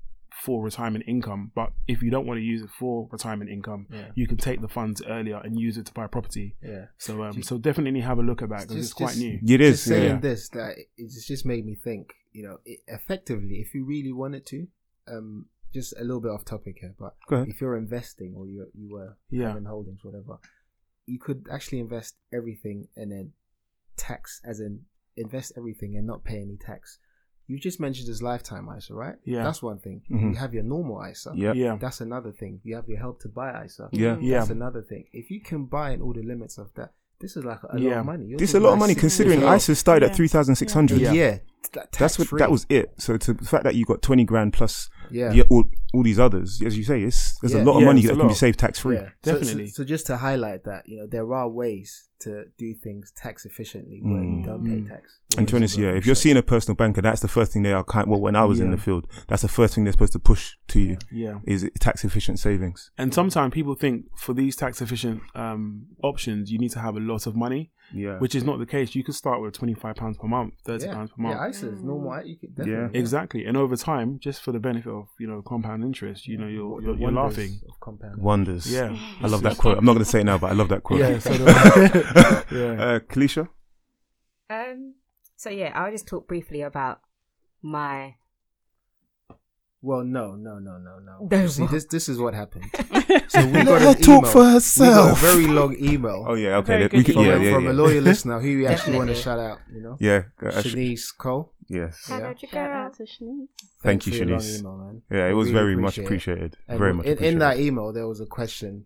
[SPEAKER 5] for retirement income. But if you don't want to use it for retirement income,
[SPEAKER 3] Yeah.
[SPEAKER 5] you can take the funds earlier and use it to buy property.
[SPEAKER 3] Yeah.
[SPEAKER 5] So um, so definitely have a look at that because it's quite new.
[SPEAKER 1] It is.
[SPEAKER 3] Just saying
[SPEAKER 1] Yeah.
[SPEAKER 3] this that it's just made me think. You know, it, effectively, if you really wanted to, um, just a little bit off topic here, but
[SPEAKER 1] Go ahead.
[SPEAKER 3] if you're investing or you you were
[SPEAKER 5] Yeah.
[SPEAKER 3] having holdings, whatever, you could actually invest everything and then tax, as in invest everything and not pay any tax. You just mentioned this lifetime ISA, right?
[SPEAKER 5] Yeah.
[SPEAKER 3] that's one thing.
[SPEAKER 1] Mhm.
[SPEAKER 3] You have your normal ISA.
[SPEAKER 1] Yeah.
[SPEAKER 5] Yeah.
[SPEAKER 3] That's another thing. You have your help to buy ISA.
[SPEAKER 1] Yeah.
[SPEAKER 5] Yeah.
[SPEAKER 3] That's another thing. If you combine all the limits of that, this is like a lot
[SPEAKER 5] Yeah.
[SPEAKER 3] of money. You're
[SPEAKER 1] This is a
[SPEAKER 3] talking
[SPEAKER 1] lot
[SPEAKER 3] like
[SPEAKER 1] of money
[SPEAKER 3] six-
[SPEAKER 1] considering
[SPEAKER 3] it's a lot.
[SPEAKER 1] ISA started at
[SPEAKER 2] Yeah.
[SPEAKER 1] three thousand six hundred.
[SPEAKER 5] Yeah.
[SPEAKER 3] Yeah.
[SPEAKER 1] That's what that was it. So to the fact that you got twenty grand plus
[SPEAKER 3] Yeah.
[SPEAKER 1] the- all, all these otays, as you say, it's there's a
[SPEAKER 3] Yeah.
[SPEAKER 1] lot of
[SPEAKER 5] Yeah,
[SPEAKER 1] money
[SPEAKER 5] it's a
[SPEAKER 1] that can be
[SPEAKER 5] lot.
[SPEAKER 1] saved tax free.
[SPEAKER 3] Yeah. So-
[SPEAKER 5] Definitely.
[SPEAKER 3] So, so just to highlight that, you know, there are ways to do things tax efficiently where
[SPEAKER 1] Mm.
[SPEAKER 3] you don't pay
[SPEAKER 5] Mm.
[SPEAKER 3] tax.
[SPEAKER 1] And to be honest, yeah, if you're seeing a personal banker, that's the first thing they are kind. Well, when I was in
[SPEAKER 5] Yeah.
[SPEAKER 1] the field, that's the first thing they're supposed to push to you
[SPEAKER 5] Yeah.
[SPEAKER 1] is tax efficient savings.
[SPEAKER 5] And sometimes people think for these tax efficient um, options, you need to have a lot of money,
[SPEAKER 1] Yeah,
[SPEAKER 5] which is not the case. You could start with twenty five pounds per month, thirty
[SPEAKER 3] yeah.
[SPEAKER 5] pounds per month.
[SPEAKER 3] Yeah, ISA is normal. You could definitely,
[SPEAKER 1] Yeah.
[SPEAKER 5] Exactly, and over time, just for the benefit of you know compound interest, you know you're
[SPEAKER 3] Mm. What
[SPEAKER 5] you're,
[SPEAKER 3] the
[SPEAKER 5] you're
[SPEAKER 3] wonders
[SPEAKER 5] laughing.
[SPEAKER 3] Of compound.
[SPEAKER 1] wonders.
[SPEAKER 5] Yeah,
[SPEAKER 1] I love that quote. I'm not going to say it now, but I love that quote.
[SPEAKER 5] Yeah, so the- yeah.
[SPEAKER 1] Uh, Kalisha?
[SPEAKER 4] Um. So yeah, I'll just talk briefly about my.
[SPEAKER 3] Well, no, no, no, no, no.
[SPEAKER 4] There
[SPEAKER 3] You See,
[SPEAKER 4] was-
[SPEAKER 3] this this is what happened. So we
[SPEAKER 1] Let
[SPEAKER 3] got
[SPEAKER 1] her
[SPEAKER 3] an
[SPEAKER 1] talk
[SPEAKER 3] email.
[SPEAKER 1] for
[SPEAKER 3] We got
[SPEAKER 1] herself.
[SPEAKER 3] a very long email
[SPEAKER 1] Oh yeah, okay.
[SPEAKER 2] Very
[SPEAKER 1] that- we
[SPEAKER 2] good
[SPEAKER 1] could, yeah,
[SPEAKER 3] from,
[SPEAKER 1] yeah,
[SPEAKER 3] from
[SPEAKER 1] yeah.
[SPEAKER 3] a lawyer listener who we actually want to
[SPEAKER 4] Definitely.
[SPEAKER 3] shout out. You know,
[SPEAKER 1] Yeah, uh, actually,
[SPEAKER 3] Shanice Cole.
[SPEAKER 1] yes.
[SPEAKER 3] Yeah.
[SPEAKER 4] Hello,
[SPEAKER 2] Shout out
[SPEAKER 4] girl.
[SPEAKER 2] to Shanice.
[SPEAKER 1] Thank
[SPEAKER 3] Thanks
[SPEAKER 1] you,
[SPEAKER 3] for your long
[SPEAKER 1] Shanice.
[SPEAKER 3] email, man.
[SPEAKER 1] Yeah, it
[SPEAKER 3] We
[SPEAKER 1] was
[SPEAKER 3] really
[SPEAKER 1] very much
[SPEAKER 3] appreciate it.
[SPEAKER 1] appreciated.
[SPEAKER 3] And
[SPEAKER 1] Very much
[SPEAKER 3] in,
[SPEAKER 1] appreciated.
[SPEAKER 3] in that email, there was a question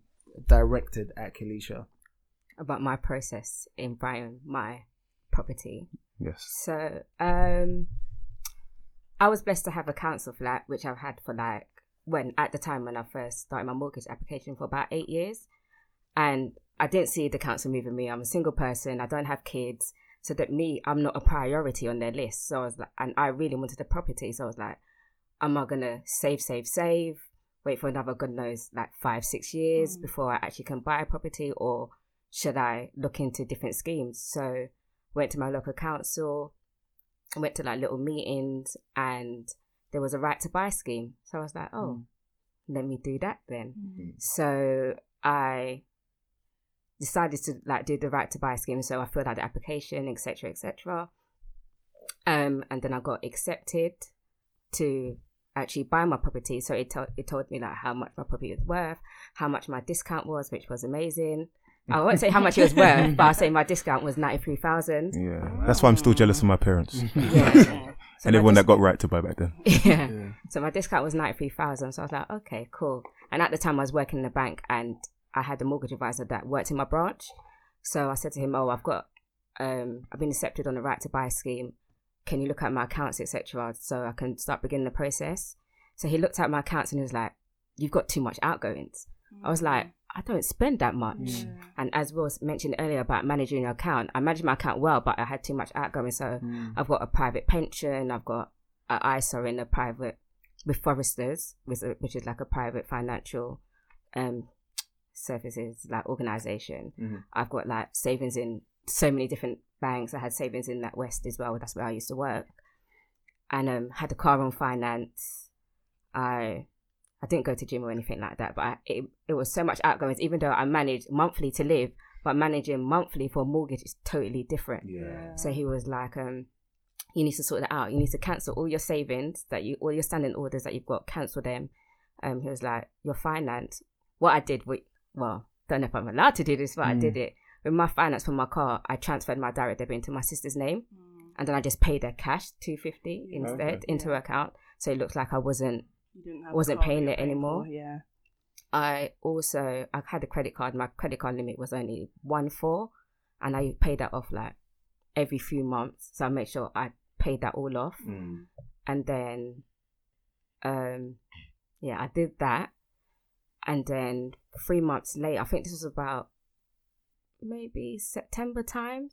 [SPEAKER 3] directed at Kalisha.
[SPEAKER 4] About my process in buying my property.
[SPEAKER 1] yes.
[SPEAKER 4] So, um, I was blessed to have a council flat, which I've had for like when at the time when I first started my mortgage application for about eight years, and I didn't see the council moving me. I'm a single person. I don't have kids, so that me, I'm not a priority on their list. So I was like, and I really wanted a property, so I was like, am I gonna save, save, save? Wait for another God knows like five, six years before I actually can buy a property, or should I look into different schemes? So went to my local council, I went to like little meetings, and there was a right to buy scheme. So I was like, oh, let me do that then. So I decided to like do the right to buy scheme. So I filled out the application, etc., etc. Um, and then I got accepted, to actually buy my property. So it, to- it told me like how much my property was worth, how much my discount was, which was amazing. I won't say how much it was worth, but I'll say my discount was ninety three thousand.
[SPEAKER 1] Yeah, that's why I'm still jealous of my parents
[SPEAKER 4] Yeah. So
[SPEAKER 1] and
[SPEAKER 4] my
[SPEAKER 1] everyone
[SPEAKER 4] dis-
[SPEAKER 1] that got right to buy back then.
[SPEAKER 4] yeah. So my discount was ninety three thousand. So I was like, okay, cool. And at the time, I was working in the bank, and I had a mortgage advisor that worked in my branch. So I said to him, "Oh, I've got, um, I've been accepted on the right to buy scheme. Can you look at my accounts, etc., so I can start beginning the process?" So he looked at my accounts and he was like, "You've got too much outgoings." I was like, "I don't spend that much." And as was mentioned earlier about managing your account, I managed my account well, but I had too much outgoing. So
[SPEAKER 3] Mm.
[SPEAKER 4] I've got a private pension. I've got an ISA in a private with Foresters, which is- which is like a private financial um, services like organization. I've got like savings in so many different banks. I had savings in that West as well. That's where I used to work, and um, had a car on finance. I I didn't go to gym or anything like that, but I, it it was so much outgoings. Even though I managed monthly to live, but managing monthly for a mortgage is totally different.
[SPEAKER 2] Yeah.
[SPEAKER 4] So he was like, um, you need to sort that out. You need to cancel all your savings that you, all your standing orders that you've got, cancel them. Um, he was like, your finance. What I did, with, well, don't know if I'm allowed to do this, but I
[SPEAKER 2] Mm.
[SPEAKER 4] did it. With my finance for my car, I transferred my direct debit into my sister's name, and then I just paid her cash two fifty
[SPEAKER 2] Mm. Yeah.
[SPEAKER 4] instead
[SPEAKER 1] Okay.
[SPEAKER 4] into her account. So it looked like I wasn't
[SPEAKER 2] You didn't have a
[SPEAKER 4] Wasn't
[SPEAKER 2] car that
[SPEAKER 4] paying
[SPEAKER 2] you were
[SPEAKER 4] it anymore.
[SPEAKER 2] for, Yeah.
[SPEAKER 4] I also I had a credit card. My credit card limit was only one four, and I paid that off like every few months. So I made sure I paid that all off,
[SPEAKER 5] Mm.
[SPEAKER 4] and then, um, yeah, I did that, and then three months later, I think this was about maybe September time.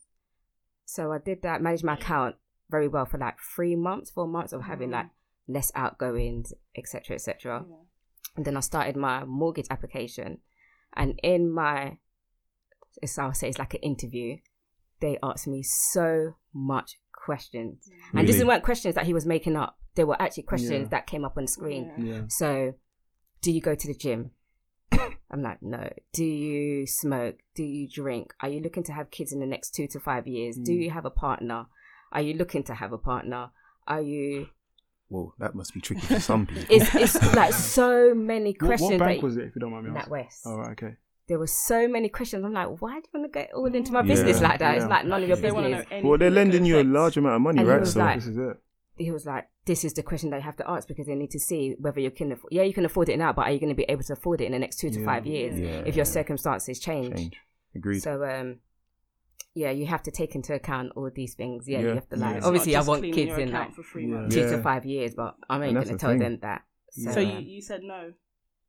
[SPEAKER 4] So I did that, managed my account very well for like three months, four months of having like less outgoings, etc., etc and then I started my mortgage application. And in my, as I'll say, it's like an interview, they asked me so much questions. And these
[SPEAKER 1] Really?
[SPEAKER 4] weren't questions that he was making up, they were actually questions
[SPEAKER 5] Yeah.
[SPEAKER 4] that came up on the screen.
[SPEAKER 2] Yeah.
[SPEAKER 5] Yeah.
[SPEAKER 4] So, do you go to the gym? I'm like, no. Do you smoke? Do you drink? Are you looking to have kids in the next two to five years?
[SPEAKER 5] Hmm.
[SPEAKER 4] Do you have a partner? Are you looking to have a partner? Are you?
[SPEAKER 1] Well, that must be tricky for some people.
[SPEAKER 4] It's, it's like so many
[SPEAKER 5] What,
[SPEAKER 4] questions.
[SPEAKER 5] what
[SPEAKER 4] that
[SPEAKER 5] bank
[SPEAKER 4] you-
[SPEAKER 5] was it, if you don't mind me asking?
[SPEAKER 4] NatWest.
[SPEAKER 5] Oh, right, okay.
[SPEAKER 4] there were so many questions. I'm like, why do you want to get all into my
[SPEAKER 1] Yeah.
[SPEAKER 4] business like that?
[SPEAKER 5] Yeah.
[SPEAKER 4] It's like none of your
[SPEAKER 2] They want to know
[SPEAKER 4] business.
[SPEAKER 2] anything
[SPEAKER 1] well, they're
[SPEAKER 2] that
[SPEAKER 1] lending
[SPEAKER 2] could
[SPEAKER 1] you a
[SPEAKER 2] affect-
[SPEAKER 1] large amount of money,
[SPEAKER 4] And he
[SPEAKER 1] right?
[SPEAKER 4] was
[SPEAKER 1] So
[SPEAKER 4] like-
[SPEAKER 5] This is it.
[SPEAKER 4] He was like, this is the question that you have to ask because they need to see whether you can afford. Yeah, you can afford it now, but are you going to be able to afford it in the next two to
[SPEAKER 5] Yeah.
[SPEAKER 4] five years
[SPEAKER 1] Yeah.
[SPEAKER 4] if your circumstances change?
[SPEAKER 1] change. Agreed.
[SPEAKER 4] So, um, yeah, you have to take into account all these things. Yeah,
[SPEAKER 1] Yeah.
[SPEAKER 4] you have to like.
[SPEAKER 5] Yeah. It's
[SPEAKER 4] Obviously,
[SPEAKER 2] Not
[SPEAKER 4] I
[SPEAKER 2] just
[SPEAKER 4] want
[SPEAKER 2] cleaning
[SPEAKER 4] kids
[SPEAKER 2] your
[SPEAKER 4] in
[SPEAKER 2] account
[SPEAKER 4] like
[SPEAKER 2] for three
[SPEAKER 5] Yeah.
[SPEAKER 2] months.
[SPEAKER 4] two
[SPEAKER 1] Yeah.
[SPEAKER 4] to five years, but I'm
[SPEAKER 1] And
[SPEAKER 4] ain't
[SPEAKER 1] that's
[SPEAKER 4] going to
[SPEAKER 1] the
[SPEAKER 4] tell
[SPEAKER 1] thing.
[SPEAKER 4] them that. So,
[SPEAKER 2] So you,
[SPEAKER 4] um,
[SPEAKER 2] you said no.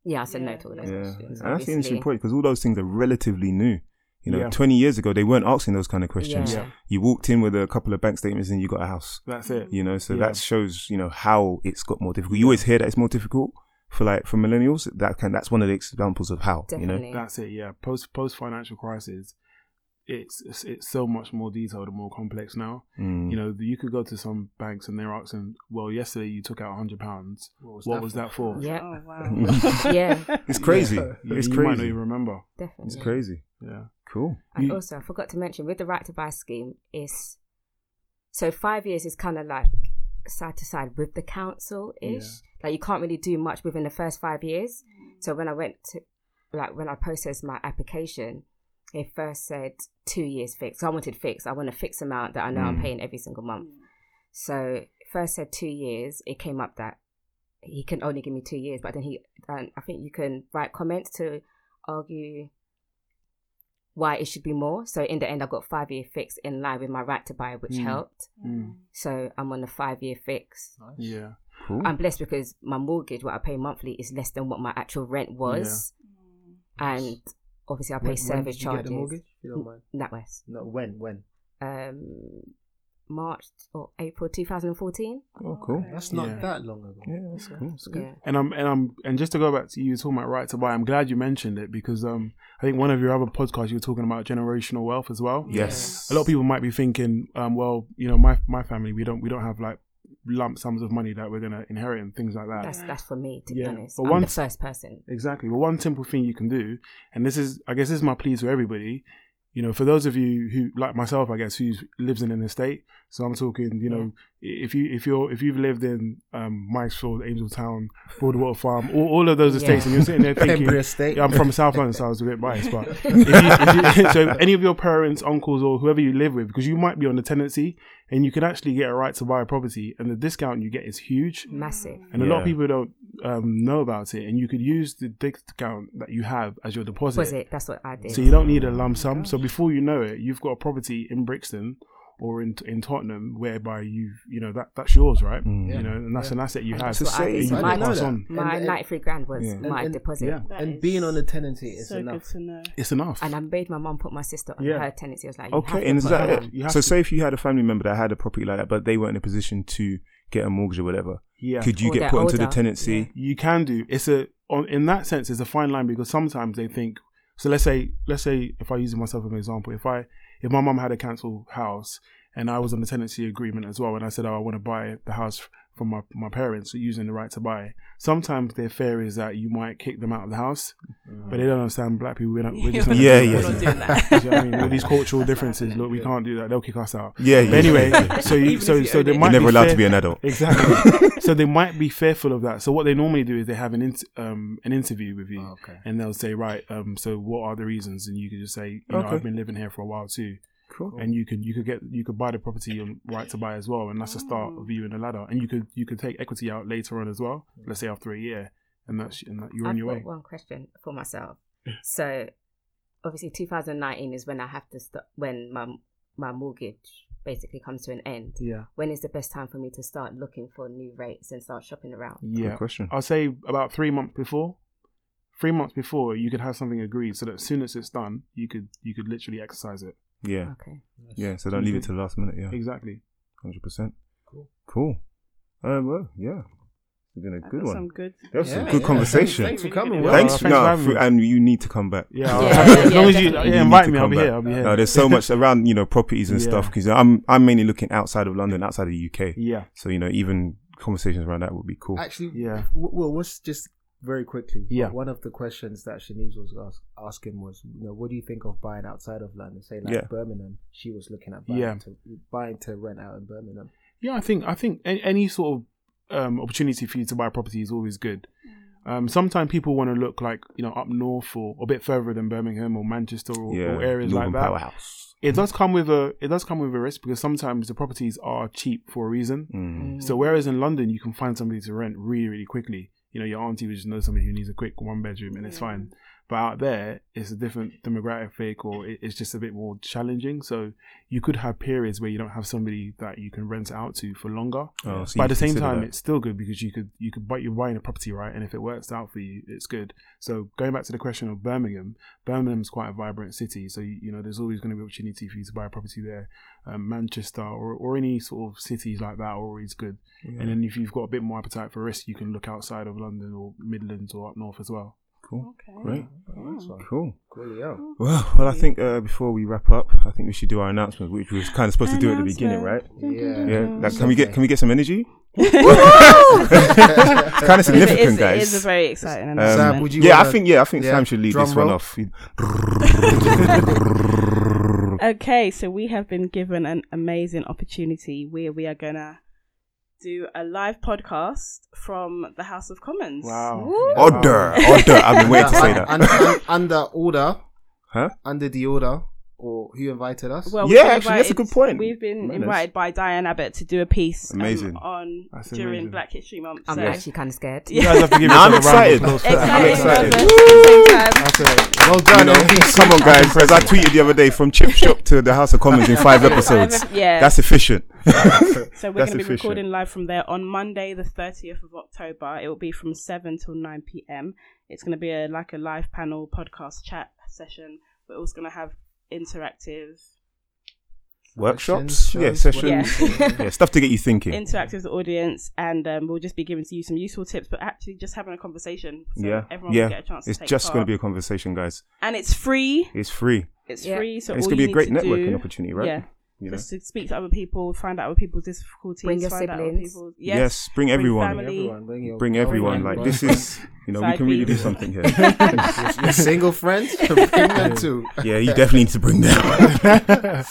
[SPEAKER 4] yeah, I said no
[SPEAKER 2] Yeah,
[SPEAKER 4] to all
[SPEAKER 2] yeah.
[SPEAKER 4] those
[SPEAKER 1] yeah,
[SPEAKER 4] questions.
[SPEAKER 1] and that's the
[SPEAKER 4] obviously.
[SPEAKER 1] interesting point because all those things are relatively new. You know,
[SPEAKER 5] Yeah.
[SPEAKER 1] 20 years ago, they weren't asking those kind of questions.
[SPEAKER 4] Yeah.
[SPEAKER 1] You walked in with a couple of bank statements and you got a house.
[SPEAKER 5] That's it.
[SPEAKER 1] You know, so
[SPEAKER 5] Yeah.
[SPEAKER 1] that shows you know how it's got more difficult. You always hear that it's more difficult for like for millennials. That can that's one of the examples of how. You know,
[SPEAKER 4] Definitely.
[SPEAKER 5] That's it. Yeah. Post post financial crisis, it's, it's it's so much more detailed and more complex now.
[SPEAKER 1] Mm.
[SPEAKER 5] You know, you could go to some banks and they're asking, "Well, yesterday you took out hundred pounds.
[SPEAKER 3] What was
[SPEAKER 5] What
[SPEAKER 3] that
[SPEAKER 5] was
[SPEAKER 3] for?"
[SPEAKER 5] that for?"
[SPEAKER 4] Yeah,
[SPEAKER 2] Oh wow.
[SPEAKER 4] yeah,
[SPEAKER 1] it's crazy.
[SPEAKER 5] You,
[SPEAKER 1] It's
[SPEAKER 5] you might not
[SPEAKER 1] crazy.
[SPEAKER 5] even remember.
[SPEAKER 4] definitely.
[SPEAKER 1] It's crazy.
[SPEAKER 5] Yeah.
[SPEAKER 1] Cool.
[SPEAKER 4] And
[SPEAKER 5] You-
[SPEAKER 4] also, I forgot to mention with the right to buy scheme is so five years is kind of like side to side with the council ish. Like you can't really do much within the first five years. So when I went to like when I processed my application, it first said two years fixed. So I wanted fixed. I want a fixed amount that I know I'm
[SPEAKER 1] Mm.
[SPEAKER 4] paying every single month. So it first said two years. It came up that he can only give me two years, but then he and I think you can write comments to argue why it should be more. So in the end, I got five year fix in line with my right to buy, which
[SPEAKER 5] Mm.
[SPEAKER 4] helped.
[SPEAKER 5] Mm.
[SPEAKER 4] So I'm on a five year fix.
[SPEAKER 3] Nice.
[SPEAKER 5] Yeah.
[SPEAKER 1] Cool.
[SPEAKER 4] I'm blessed because my mortgage, what I pay monthly, is less than what my actual rent was, and obviously I pay
[SPEAKER 3] When- when
[SPEAKER 4] service
[SPEAKER 3] did you get the
[SPEAKER 4] charges.
[SPEAKER 3] mortgage, if you don't mind.
[SPEAKER 4] NatWest,
[SPEAKER 3] No, when? When?
[SPEAKER 4] um, March or April 2014.
[SPEAKER 1] oh, cool.
[SPEAKER 3] That's not
[SPEAKER 5] Yeah.
[SPEAKER 3] that long ago.
[SPEAKER 1] Yeah, that's cool. Oh, That's good.
[SPEAKER 4] Yeah.
[SPEAKER 5] And I'm and I'm and just to go back to you talking about right to buy, I'm glad you mentioned it because um I think one of your other podcasts you were talking about generational wealth as well.
[SPEAKER 1] Yes.
[SPEAKER 5] A lot of people might be thinking, um, well, you know, my my family we don't we don't have like lump sums of money that we're gonna inherit and things like that.
[SPEAKER 4] That's that's for me to
[SPEAKER 5] Yeah.
[SPEAKER 4] be honest.
[SPEAKER 5] But
[SPEAKER 4] I'm
[SPEAKER 5] once-
[SPEAKER 4] the first person.
[SPEAKER 5] Exactly. Well, one simple thing you can do, and this is, I guess, this is my plea to everybody. You know, for those of you who, like myself, I guess, who lives in an estate. So I'm talking, you know, if you if you're if you've lived in um, Mansfield, Angel Town, Broadwater Farm, all, all of those estates, and you're sitting there thinking,
[SPEAKER 3] Pembrey Estate.
[SPEAKER 5] Yeah, I'm from South London, so I was a bit biased. But if you, if you, so any of your parents, uncles, or whoever you live with, because you might be on a tenancy, and you can actually get a right to buy a property, and the discount you get is huge,
[SPEAKER 4] Massive.
[SPEAKER 5] and a lot of
[SPEAKER 1] Yeah.
[SPEAKER 5] people don't um, know about it. And you could use the discount that you have as your deposit.
[SPEAKER 4] Was it? That's what I did.
[SPEAKER 5] So you don't need a lump sum. So before you know it, you've got a property in Brixton or in in Tottenham, whereby you you know that that's yours, right?
[SPEAKER 1] Mm.
[SPEAKER 5] You know, and that's an asset you have.
[SPEAKER 4] That's what I did.
[SPEAKER 5] you
[SPEAKER 4] So
[SPEAKER 5] can
[SPEAKER 4] my,
[SPEAKER 5] pass on.
[SPEAKER 4] my
[SPEAKER 3] And- and-
[SPEAKER 4] 93 grand was
[SPEAKER 5] Yeah.
[SPEAKER 4] my
[SPEAKER 3] And- and-
[SPEAKER 4] deposit.
[SPEAKER 5] yeah.
[SPEAKER 2] That
[SPEAKER 3] and
[SPEAKER 2] is
[SPEAKER 3] being on a tenancy is
[SPEAKER 2] so
[SPEAKER 3] enough.
[SPEAKER 2] good to know.
[SPEAKER 5] It's enough.
[SPEAKER 4] And I made my mum put my sister on
[SPEAKER 5] Yeah.
[SPEAKER 4] her tenancy. I was like, you have
[SPEAKER 1] Okay,
[SPEAKER 4] to
[SPEAKER 1] and is
[SPEAKER 4] put
[SPEAKER 1] that
[SPEAKER 4] her
[SPEAKER 1] it?
[SPEAKER 4] on.
[SPEAKER 5] um, You have
[SPEAKER 1] So,
[SPEAKER 5] to-
[SPEAKER 1] say if you had a family member that had a property like that, but they weren't in a position to get a mortgage or whatever,
[SPEAKER 5] yeah.
[SPEAKER 1] could you
[SPEAKER 4] Or
[SPEAKER 1] get
[SPEAKER 4] they're
[SPEAKER 1] put into the
[SPEAKER 4] older,
[SPEAKER 1] tenancy?
[SPEAKER 5] you can do. It's a on in that sense, it's a fine line because sometimes they think. So let's say let's say if I use myself as an example, if I if my mum had a council house and I was on the tenancy agreement as well, and I said, oh, I want to buy the house from my my parents using the right to buy. Sometimes their fear is that you might kick them out of the house,
[SPEAKER 3] Mm.
[SPEAKER 5] but they don't understand black people. We're not. We're just not
[SPEAKER 1] Yeah, yeah.
[SPEAKER 5] Do you know
[SPEAKER 1] We're
[SPEAKER 5] what I mean? All these cultural differences. Look, we can't do that. They'll kick us out.
[SPEAKER 1] Yeah, yeah.
[SPEAKER 5] But anyway, so you,
[SPEAKER 2] Even if
[SPEAKER 5] so
[SPEAKER 2] you
[SPEAKER 5] so
[SPEAKER 2] own
[SPEAKER 5] they
[SPEAKER 2] it.
[SPEAKER 5] might
[SPEAKER 1] You're never
[SPEAKER 5] be
[SPEAKER 1] allowed
[SPEAKER 5] fair-
[SPEAKER 1] to be an adult.
[SPEAKER 5] Exactly. so they might be fearful of that. So what they normally do is they have an int- um, an interview with you,
[SPEAKER 3] Oh, okay.
[SPEAKER 5] and they'll say, right, um, so what are the reasons? And you can just say, you know,
[SPEAKER 1] Okay. Oh.
[SPEAKER 5] I've been living here for a while too,
[SPEAKER 1] Cool.
[SPEAKER 5] and you could you could get you could buy the property on right to buy as well, and that's the start
[SPEAKER 1] Oh.
[SPEAKER 5] of you and the ladder. And you could you could take equity out later on as well. Let's say after a year, and that's and that you're on
[SPEAKER 4] I've
[SPEAKER 5] your
[SPEAKER 4] got
[SPEAKER 5] way.
[SPEAKER 4] one question for myself. So, obviously, 2019 is when I have to stop when my my mortgage basically comes to an end.
[SPEAKER 5] Yeah.
[SPEAKER 4] When is the best time for me to start looking for new rates and start shopping around?
[SPEAKER 5] Yeah. Oh,
[SPEAKER 1] Good question.
[SPEAKER 5] I'll say about three months before. Three months before, you could have something agreed, so that as soon as it's done, you could you could literally exercise it.
[SPEAKER 1] Yeah,
[SPEAKER 4] Okay.
[SPEAKER 1] yeah. So don't leave it to the last minute. Yeah,
[SPEAKER 5] Exactly.
[SPEAKER 1] hundred percent. Cool. Uh, well, yeah, it's been a
[SPEAKER 2] I
[SPEAKER 1] good
[SPEAKER 2] got
[SPEAKER 1] one.
[SPEAKER 2] some good.
[SPEAKER 1] That's
[SPEAKER 3] Yeah,
[SPEAKER 1] a good
[SPEAKER 3] yeah.
[SPEAKER 1] conversation.
[SPEAKER 3] Thanks for
[SPEAKER 2] Really good
[SPEAKER 3] coming.
[SPEAKER 2] Yeah.
[SPEAKER 3] Will.
[SPEAKER 1] Thanks,
[SPEAKER 5] Thanks for
[SPEAKER 1] no,
[SPEAKER 5] having
[SPEAKER 1] for,
[SPEAKER 5] me.
[SPEAKER 1] and you need to come back.
[SPEAKER 5] Yeah,
[SPEAKER 4] Yeah,
[SPEAKER 5] I'll- as
[SPEAKER 4] yeah,
[SPEAKER 5] long as you
[SPEAKER 4] definitely.
[SPEAKER 5] yeah,
[SPEAKER 1] You
[SPEAKER 5] invite
[SPEAKER 1] need to
[SPEAKER 5] me, I'll
[SPEAKER 1] come
[SPEAKER 5] be
[SPEAKER 1] back.
[SPEAKER 5] here. I'll be here.
[SPEAKER 1] No, there's so much around, you know, properties and
[SPEAKER 5] Yeah.
[SPEAKER 1] stuff. Because I'm I'm mainly looking outside of London, outside of the UK.
[SPEAKER 5] Yeah,
[SPEAKER 1] So you know, even conversations around that would be cool.
[SPEAKER 3] Actually,
[SPEAKER 5] yeah.
[SPEAKER 3] w- well, what's just very quickly? uh,
[SPEAKER 5] Yeah.
[SPEAKER 3] One of the questions that Shanice was ask, asking was, you know, what do you think of buying outside of London? Say like
[SPEAKER 1] Yeah.
[SPEAKER 3] Birmingham. She was looking at buying
[SPEAKER 5] Yeah.
[SPEAKER 3] to buying to rent out in Birmingham.
[SPEAKER 5] Yeah, I think I think a- any sort of um, opportunity for you to buy property is always good. Um, sometimes people want to look like you know up north or a bit further than Birmingham or Manchester or,
[SPEAKER 1] yeah,
[SPEAKER 5] or areas
[SPEAKER 1] Northern
[SPEAKER 5] like that.
[SPEAKER 1] Powerhouse.
[SPEAKER 5] It does come with a it does come with a risk because sometimes the properties are cheap for a reason.
[SPEAKER 1] Mm.
[SPEAKER 5] So whereas in London you can find somebody to rent really really quickly. You know your auntie will just know somebody who needs a quick one bedroom and it's fine. But out there it's a different demographic or it- it's just a bit more challenging. So you could have periods where you don't have somebody that you can rent out to for longer.
[SPEAKER 1] Oh, so you
[SPEAKER 5] but at the same
[SPEAKER 1] consider
[SPEAKER 5] time
[SPEAKER 1] that.
[SPEAKER 5] it's still good because you could you could buy you're buying a property right and if it works out for you it's good. So going back to the question of Birmingham, Birmingham's quite a vibrant city. So you, you know there's always going to be opportunity for you to buy a property there. Um, Manchester or, or any sort of cities like that are always good. And then if you've got a bit more appetite for risk, you can look outside of London or Midlands or up north as well.
[SPEAKER 1] cool.
[SPEAKER 2] Okay.
[SPEAKER 1] Great.
[SPEAKER 2] Oh.
[SPEAKER 3] Nice one.
[SPEAKER 1] Cool.
[SPEAKER 3] Coolio.
[SPEAKER 1] Well, well, I think uh, before we wrap up, I think we should do our announcement, which we was kind of supposed to do at the beginning, right?
[SPEAKER 3] Yeah.
[SPEAKER 1] Yeah. Like, can we get can we get some energy? it's kind of
[SPEAKER 2] It is,
[SPEAKER 1] significant,
[SPEAKER 2] it
[SPEAKER 1] guys.
[SPEAKER 2] is a very exciting
[SPEAKER 1] Um,
[SPEAKER 2] announcement.
[SPEAKER 3] Sam, would you
[SPEAKER 1] yeah, I
[SPEAKER 3] wanna-
[SPEAKER 1] think yeah, I think
[SPEAKER 3] yeah,
[SPEAKER 1] Sam should lead
[SPEAKER 3] drum
[SPEAKER 1] this
[SPEAKER 3] roll.
[SPEAKER 1] one off. He-
[SPEAKER 2] Okay, so we have been given an amazing opportunity where we are gonna do a live podcast from the House of Commons.
[SPEAKER 1] Order, order. I've been waiting to say that.
[SPEAKER 3] Under, under, under order,
[SPEAKER 1] Huh?
[SPEAKER 3] under the order, or who invited us?
[SPEAKER 2] Well,
[SPEAKER 1] Yeah,
[SPEAKER 2] we've been
[SPEAKER 1] actually, that's a good point.
[SPEAKER 2] We've been
[SPEAKER 1] Manners.
[SPEAKER 2] invited by Diane Abbott to do a piece um,
[SPEAKER 1] Amazing.
[SPEAKER 2] on
[SPEAKER 5] That's
[SPEAKER 2] during
[SPEAKER 5] amazing.
[SPEAKER 2] Black History Month.
[SPEAKER 4] I'm
[SPEAKER 2] so-
[SPEAKER 4] actually kind of scared.
[SPEAKER 5] You guys have to give
[SPEAKER 1] Now I'm
[SPEAKER 5] yourself a round
[SPEAKER 1] excited.
[SPEAKER 5] of applause for that.
[SPEAKER 2] Exciting,
[SPEAKER 1] excited.
[SPEAKER 2] but at the same time,
[SPEAKER 3] well
[SPEAKER 1] You
[SPEAKER 3] done.
[SPEAKER 1] know,
[SPEAKER 3] everybody.
[SPEAKER 1] come on, guys. Because I tweeted the other day from Chip Shop to the House of Commons in five episodes.
[SPEAKER 2] Yeah.
[SPEAKER 1] That's efficient.
[SPEAKER 2] So we're
[SPEAKER 1] That's
[SPEAKER 2] going to be
[SPEAKER 1] efficient.
[SPEAKER 2] recording live from there on Monday, the 30th of October. It will be from 7 till 9 p.m. It's going to be a like a live panel podcast chat session. We're also going to have interactive
[SPEAKER 1] Workshops, yeah,
[SPEAKER 2] Yeah.
[SPEAKER 1] sessions, yeah, stuff to get you thinking.
[SPEAKER 2] interactive with the audience, and um, we'll just be giving to you some useful tips, but actually just having a conversation. So
[SPEAKER 1] Yeah,
[SPEAKER 2] everyone will
[SPEAKER 1] yeah.
[SPEAKER 2] get a chance
[SPEAKER 1] It's
[SPEAKER 2] to take
[SPEAKER 1] just
[SPEAKER 2] part.
[SPEAKER 1] going to be a conversation, guys.
[SPEAKER 2] and it's free.
[SPEAKER 1] It's free.
[SPEAKER 2] It's
[SPEAKER 4] Yeah.
[SPEAKER 2] free. So
[SPEAKER 1] And it's
[SPEAKER 2] all
[SPEAKER 1] gonna be
[SPEAKER 2] you
[SPEAKER 1] a great
[SPEAKER 2] need to
[SPEAKER 1] networking
[SPEAKER 2] do-
[SPEAKER 1] opportunity, right?
[SPEAKER 2] Yeah.
[SPEAKER 1] You know?
[SPEAKER 2] Just to speak to other people, find out other people's difficulties,
[SPEAKER 4] Bring your
[SPEAKER 2] find out other
[SPEAKER 4] siblings.
[SPEAKER 2] people's
[SPEAKER 1] Yes, bring everyone.
[SPEAKER 2] family.
[SPEAKER 3] Everyone, bring, your,
[SPEAKER 1] Bring everyone.
[SPEAKER 3] your-
[SPEAKER 1] Like this is, you know, we
[SPEAKER 2] Side
[SPEAKER 1] can really do
[SPEAKER 2] piece.
[SPEAKER 1] something here.
[SPEAKER 3] your single friends. Bring them too.
[SPEAKER 1] yeah, you definitely need to bring them.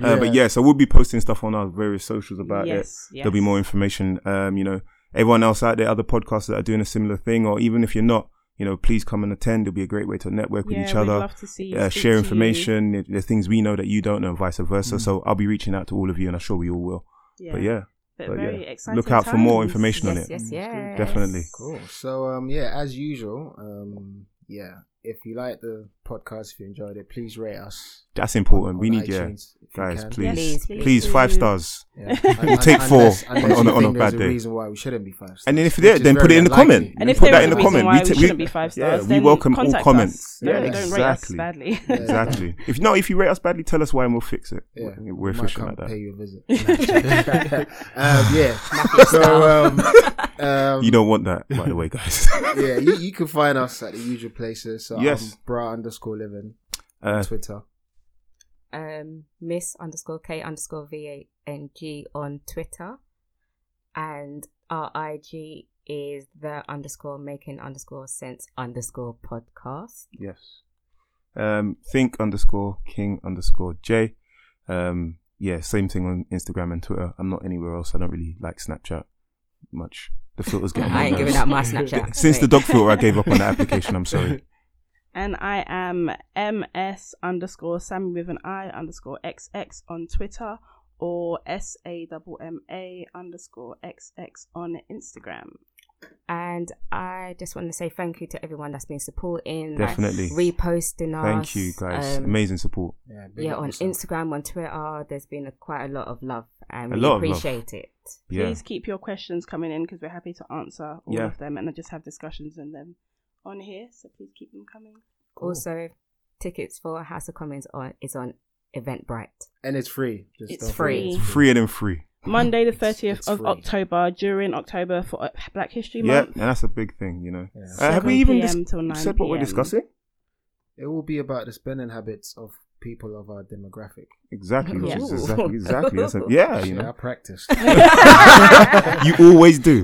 [SPEAKER 1] Uh, but
[SPEAKER 3] Yeah.
[SPEAKER 1] yeah, so we'll be posting stuff on our various socials about it.
[SPEAKER 2] yes, yes.
[SPEAKER 1] There'll be more information. Um, you know, everyone else out there, other podcasts that are doing a similar thing, or even if you're not, you know, please come and attend. It'll be a great way to network with
[SPEAKER 2] Yeah,
[SPEAKER 1] each
[SPEAKER 2] we'd
[SPEAKER 1] other,
[SPEAKER 2] love to see you,
[SPEAKER 1] uh,
[SPEAKER 2] speak
[SPEAKER 1] share
[SPEAKER 2] to you. Mm.
[SPEAKER 1] information, the, the things we know that you don't know, and vice versa. So I'll be reaching out to all of you, and I'm sure we all will. But yeah,
[SPEAKER 2] But
[SPEAKER 1] but
[SPEAKER 2] very
[SPEAKER 1] yeah.
[SPEAKER 2] exciting.
[SPEAKER 1] Look out for more
[SPEAKER 2] times.
[SPEAKER 1] information on
[SPEAKER 4] Yes,
[SPEAKER 1] it.
[SPEAKER 4] yes, yes.
[SPEAKER 1] Definitely.
[SPEAKER 3] Cool. So um yeah, as usual, um yeah, if you like the podcast, if you enjoyed it, please rate us.
[SPEAKER 1] That's important.
[SPEAKER 3] on
[SPEAKER 1] we need yeah,
[SPEAKER 3] iTunes if you
[SPEAKER 1] guys,
[SPEAKER 3] can.
[SPEAKER 1] please,
[SPEAKER 4] Please,
[SPEAKER 1] please,
[SPEAKER 4] please
[SPEAKER 1] five
[SPEAKER 2] do.
[SPEAKER 1] stars.
[SPEAKER 3] Yeah.
[SPEAKER 1] We'll take four
[SPEAKER 3] Unless-
[SPEAKER 1] on-
[SPEAKER 3] unless
[SPEAKER 1] on-
[SPEAKER 3] you
[SPEAKER 1] on a
[SPEAKER 3] think there's
[SPEAKER 1] bad day.
[SPEAKER 3] reason why we shouldn't be five stars.
[SPEAKER 1] And then if
[SPEAKER 3] which
[SPEAKER 1] there,
[SPEAKER 3] is
[SPEAKER 1] then put
[SPEAKER 3] very
[SPEAKER 1] it in the
[SPEAKER 3] unlikely.
[SPEAKER 1] comment.
[SPEAKER 2] And if
[SPEAKER 1] put
[SPEAKER 2] there
[SPEAKER 1] that
[SPEAKER 2] is
[SPEAKER 1] in
[SPEAKER 2] a
[SPEAKER 1] the
[SPEAKER 2] reason
[SPEAKER 1] comment.
[SPEAKER 2] why
[SPEAKER 1] we,
[SPEAKER 2] we shouldn't be five
[SPEAKER 1] yeah,
[SPEAKER 2] stars,
[SPEAKER 1] we
[SPEAKER 2] then
[SPEAKER 1] welcome all
[SPEAKER 2] contact
[SPEAKER 1] comments.
[SPEAKER 2] us. No,
[SPEAKER 1] Yeah,
[SPEAKER 2] don't rate us
[SPEAKER 1] exactly.
[SPEAKER 2] badly.
[SPEAKER 1] Exactly. If no, if you rate us badly, tell us why and we'll fix it.
[SPEAKER 3] Yeah,
[SPEAKER 1] We're- We're
[SPEAKER 3] might
[SPEAKER 1] efficient
[SPEAKER 3] come
[SPEAKER 1] like that.
[SPEAKER 3] Pay you a visit. um, yeah. so um, um,
[SPEAKER 1] You don't want that, by the way, guys.
[SPEAKER 3] yeah, you, you can find us at the usual places. So
[SPEAKER 1] Yes.
[SPEAKER 3] I'm bra underscore living
[SPEAKER 1] Uh,
[SPEAKER 3] Twitter.
[SPEAKER 4] um, Miss underscore K underscore V A N G on Twitter, and our IG is the underscore making underscore sense underscore podcast.
[SPEAKER 1] yes. Um, think underscore king underscore J. Um, yeah, same thing on Instagram and Twitter. I'm not anywhere else. I don't really like Snapchat much. The filters get on my
[SPEAKER 4] I ain't giving
[SPEAKER 1] nerves.
[SPEAKER 4] out my Snapchat
[SPEAKER 1] Since the
[SPEAKER 4] Wait.
[SPEAKER 1] dog filter, I gave up on that application. I'm sorry.
[SPEAKER 2] And I am ms underscore Sammy with an I underscore XX on Twitter or S A double M A underscore XX on Instagram.
[SPEAKER 4] And I just want to say thank you to everyone that's been supporting, like,
[SPEAKER 1] Definitely.
[SPEAKER 4] reposting us.
[SPEAKER 1] Thank you, guys.
[SPEAKER 4] um,
[SPEAKER 1] Amazing support.
[SPEAKER 3] Yeah, big
[SPEAKER 4] Yeah,
[SPEAKER 3] up
[SPEAKER 4] on
[SPEAKER 3] yourself.
[SPEAKER 4] Instagram, on Twitter, there's been a, quite a lot of love, and
[SPEAKER 1] A
[SPEAKER 4] we
[SPEAKER 1] lot of love.
[SPEAKER 4] appreciate it.
[SPEAKER 1] Yeah.
[SPEAKER 2] Please keep your questions coming in because we're happy to answer all
[SPEAKER 1] Yeah.
[SPEAKER 2] of them and I just have discussions in them on here. So please keep them coming.
[SPEAKER 4] Also, tickets for House of Commons on is on Eventbrite.
[SPEAKER 3] and it's free. Just
[SPEAKER 2] It's
[SPEAKER 3] don't forget
[SPEAKER 4] free.
[SPEAKER 3] it's
[SPEAKER 1] Freer than free.
[SPEAKER 2] Monday the
[SPEAKER 3] It's-
[SPEAKER 2] 30th
[SPEAKER 3] it's
[SPEAKER 2] of
[SPEAKER 3] free.
[SPEAKER 2] October during October for uh, Black History
[SPEAKER 1] Yeah,
[SPEAKER 2] Month.
[SPEAKER 1] and that's a big thing, you know.
[SPEAKER 3] Yeah.
[SPEAKER 1] Uh, have we
[SPEAKER 2] 7
[SPEAKER 1] even
[SPEAKER 2] PM
[SPEAKER 1] dis-
[SPEAKER 2] till 9
[SPEAKER 1] said what we're
[SPEAKER 2] PM.
[SPEAKER 1] discussing?
[SPEAKER 3] It will be about the spending habits of people of our demographic.
[SPEAKER 1] Exactly, which
[SPEAKER 4] Yeah.
[SPEAKER 1] is
[SPEAKER 4] Ooh.
[SPEAKER 1] exactly, exactly. That's a, yeah, you
[SPEAKER 3] Shit, I
[SPEAKER 1] know,
[SPEAKER 3] practiced.
[SPEAKER 1] you always do.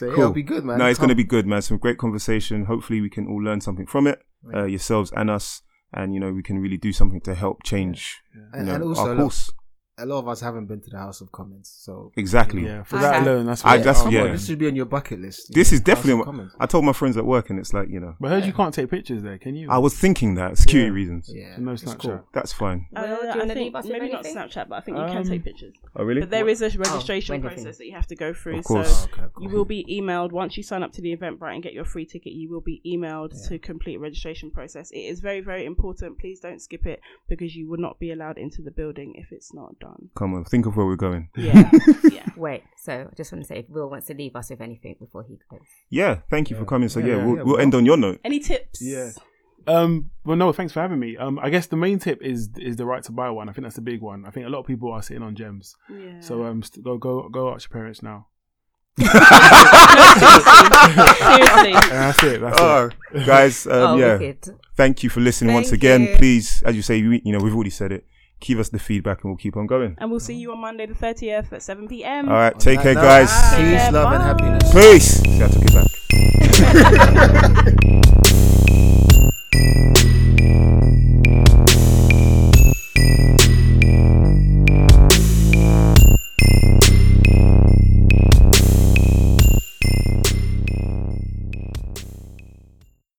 [SPEAKER 3] So yeah, it'll be good, man.
[SPEAKER 1] No, it's
[SPEAKER 3] Come.
[SPEAKER 1] going to be good, man. Some great conversation. Hopefully, we can all learn something from it, uh, yourselves and us. And you know, we can really do something to help change you
[SPEAKER 3] And-
[SPEAKER 1] know,
[SPEAKER 3] and also
[SPEAKER 1] our
[SPEAKER 3] a lot-
[SPEAKER 1] course.
[SPEAKER 3] a lot of us haven't been to the House of Commons, so
[SPEAKER 1] Exactly.
[SPEAKER 5] Yeah, for
[SPEAKER 4] I
[SPEAKER 5] that
[SPEAKER 4] have-
[SPEAKER 5] alone, that's.
[SPEAKER 1] I
[SPEAKER 5] worth it.
[SPEAKER 1] just-
[SPEAKER 3] Come
[SPEAKER 1] yeah.
[SPEAKER 3] on, this should be on your bucket list. you
[SPEAKER 1] This
[SPEAKER 3] know,
[SPEAKER 1] is
[SPEAKER 3] House of
[SPEAKER 1] definitely. What,
[SPEAKER 3] Commons.
[SPEAKER 1] I told my friends at work, and it's like you know,
[SPEAKER 5] But I heard you can't take pictures there, can you?
[SPEAKER 1] I was thinking that security
[SPEAKER 5] Yeah.
[SPEAKER 1] reasons.
[SPEAKER 3] yeah,
[SPEAKER 5] No
[SPEAKER 3] it's
[SPEAKER 5] Snapchat.
[SPEAKER 3] cool.
[SPEAKER 1] That's fine.
[SPEAKER 2] Uh,
[SPEAKER 4] Well, do you
[SPEAKER 2] I
[SPEAKER 4] wanna
[SPEAKER 2] think
[SPEAKER 4] leave us with
[SPEAKER 2] maybe not
[SPEAKER 4] anything?
[SPEAKER 2] Snapchat, but I think you can
[SPEAKER 5] Um,
[SPEAKER 2] take pictures.
[SPEAKER 1] Oh, really?
[SPEAKER 2] But there is a registration
[SPEAKER 4] when do you
[SPEAKER 2] process
[SPEAKER 4] think?
[SPEAKER 2] that you have to go through.
[SPEAKER 1] Of course.
[SPEAKER 2] So
[SPEAKER 3] Okay, cool.
[SPEAKER 2] you will be emailed once you sign up to the Eventbrite and get your free ticket. You will be emailed to complete registration process. It is very very important. Please don't skip it because you will not be allowed into the building if it's not done.
[SPEAKER 1] Come on, think of where we're going.
[SPEAKER 2] Yeah, yeah.
[SPEAKER 4] Wait, so I just want to say if Will wants to leave us with anything before he goes.
[SPEAKER 1] Yeah, thank you for coming. So yeah,
[SPEAKER 5] Yeah, yeah,
[SPEAKER 1] we'll,
[SPEAKER 5] yeah,
[SPEAKER 1] we'll end on your note.
[SPEAKER 2] Any tips?
[SPEAKER 5] Yeah. Um, well, no, thanks for having me. Um, I guess the main tip is is the right to buy one. I think that's the big one. I think a lot of people are sitting on gems.
[SPEAKER 2] Yeah.
[SPEAKER 5] So um, st- go go go out to your parents now.
[SPEAKER 2] uh, seriously,
[SPEAKER 5] And that's it. That's it.
[SPEAKER 1] Oh, guys, um,
[SPEAKER 4] oh,
[SPEAKER 1] yeah.
[SPEAKER 4] wicked.
[SPEAKER 1] Thank you for listening once
[SPEAKER 4] Thank
[SPEAKER 1] again.
[SPEAKER 4] you.
[SPEAKER 1] Please, as you say, we, you know, we've already said it. Keep us the feedback, and we'll keep on going.
[SPEAKER 2] and we'll see you on Monday the thirtieth at seven p.m.
[SPEAKER 1] All
[SPEAKER 4] Mm.
[SPEAKER 1] right,
[SPEAKER 3] On
[SPEAKER 1] take
[SPEAKER 3] that
[SPEAKER 1] care,
[SPEAKER 3] note,
[SPEAKER 1] guys.
[SPEAKER 3] Peace, love, and happiness.
[SPEAKER 1] Peace. See, I took it back.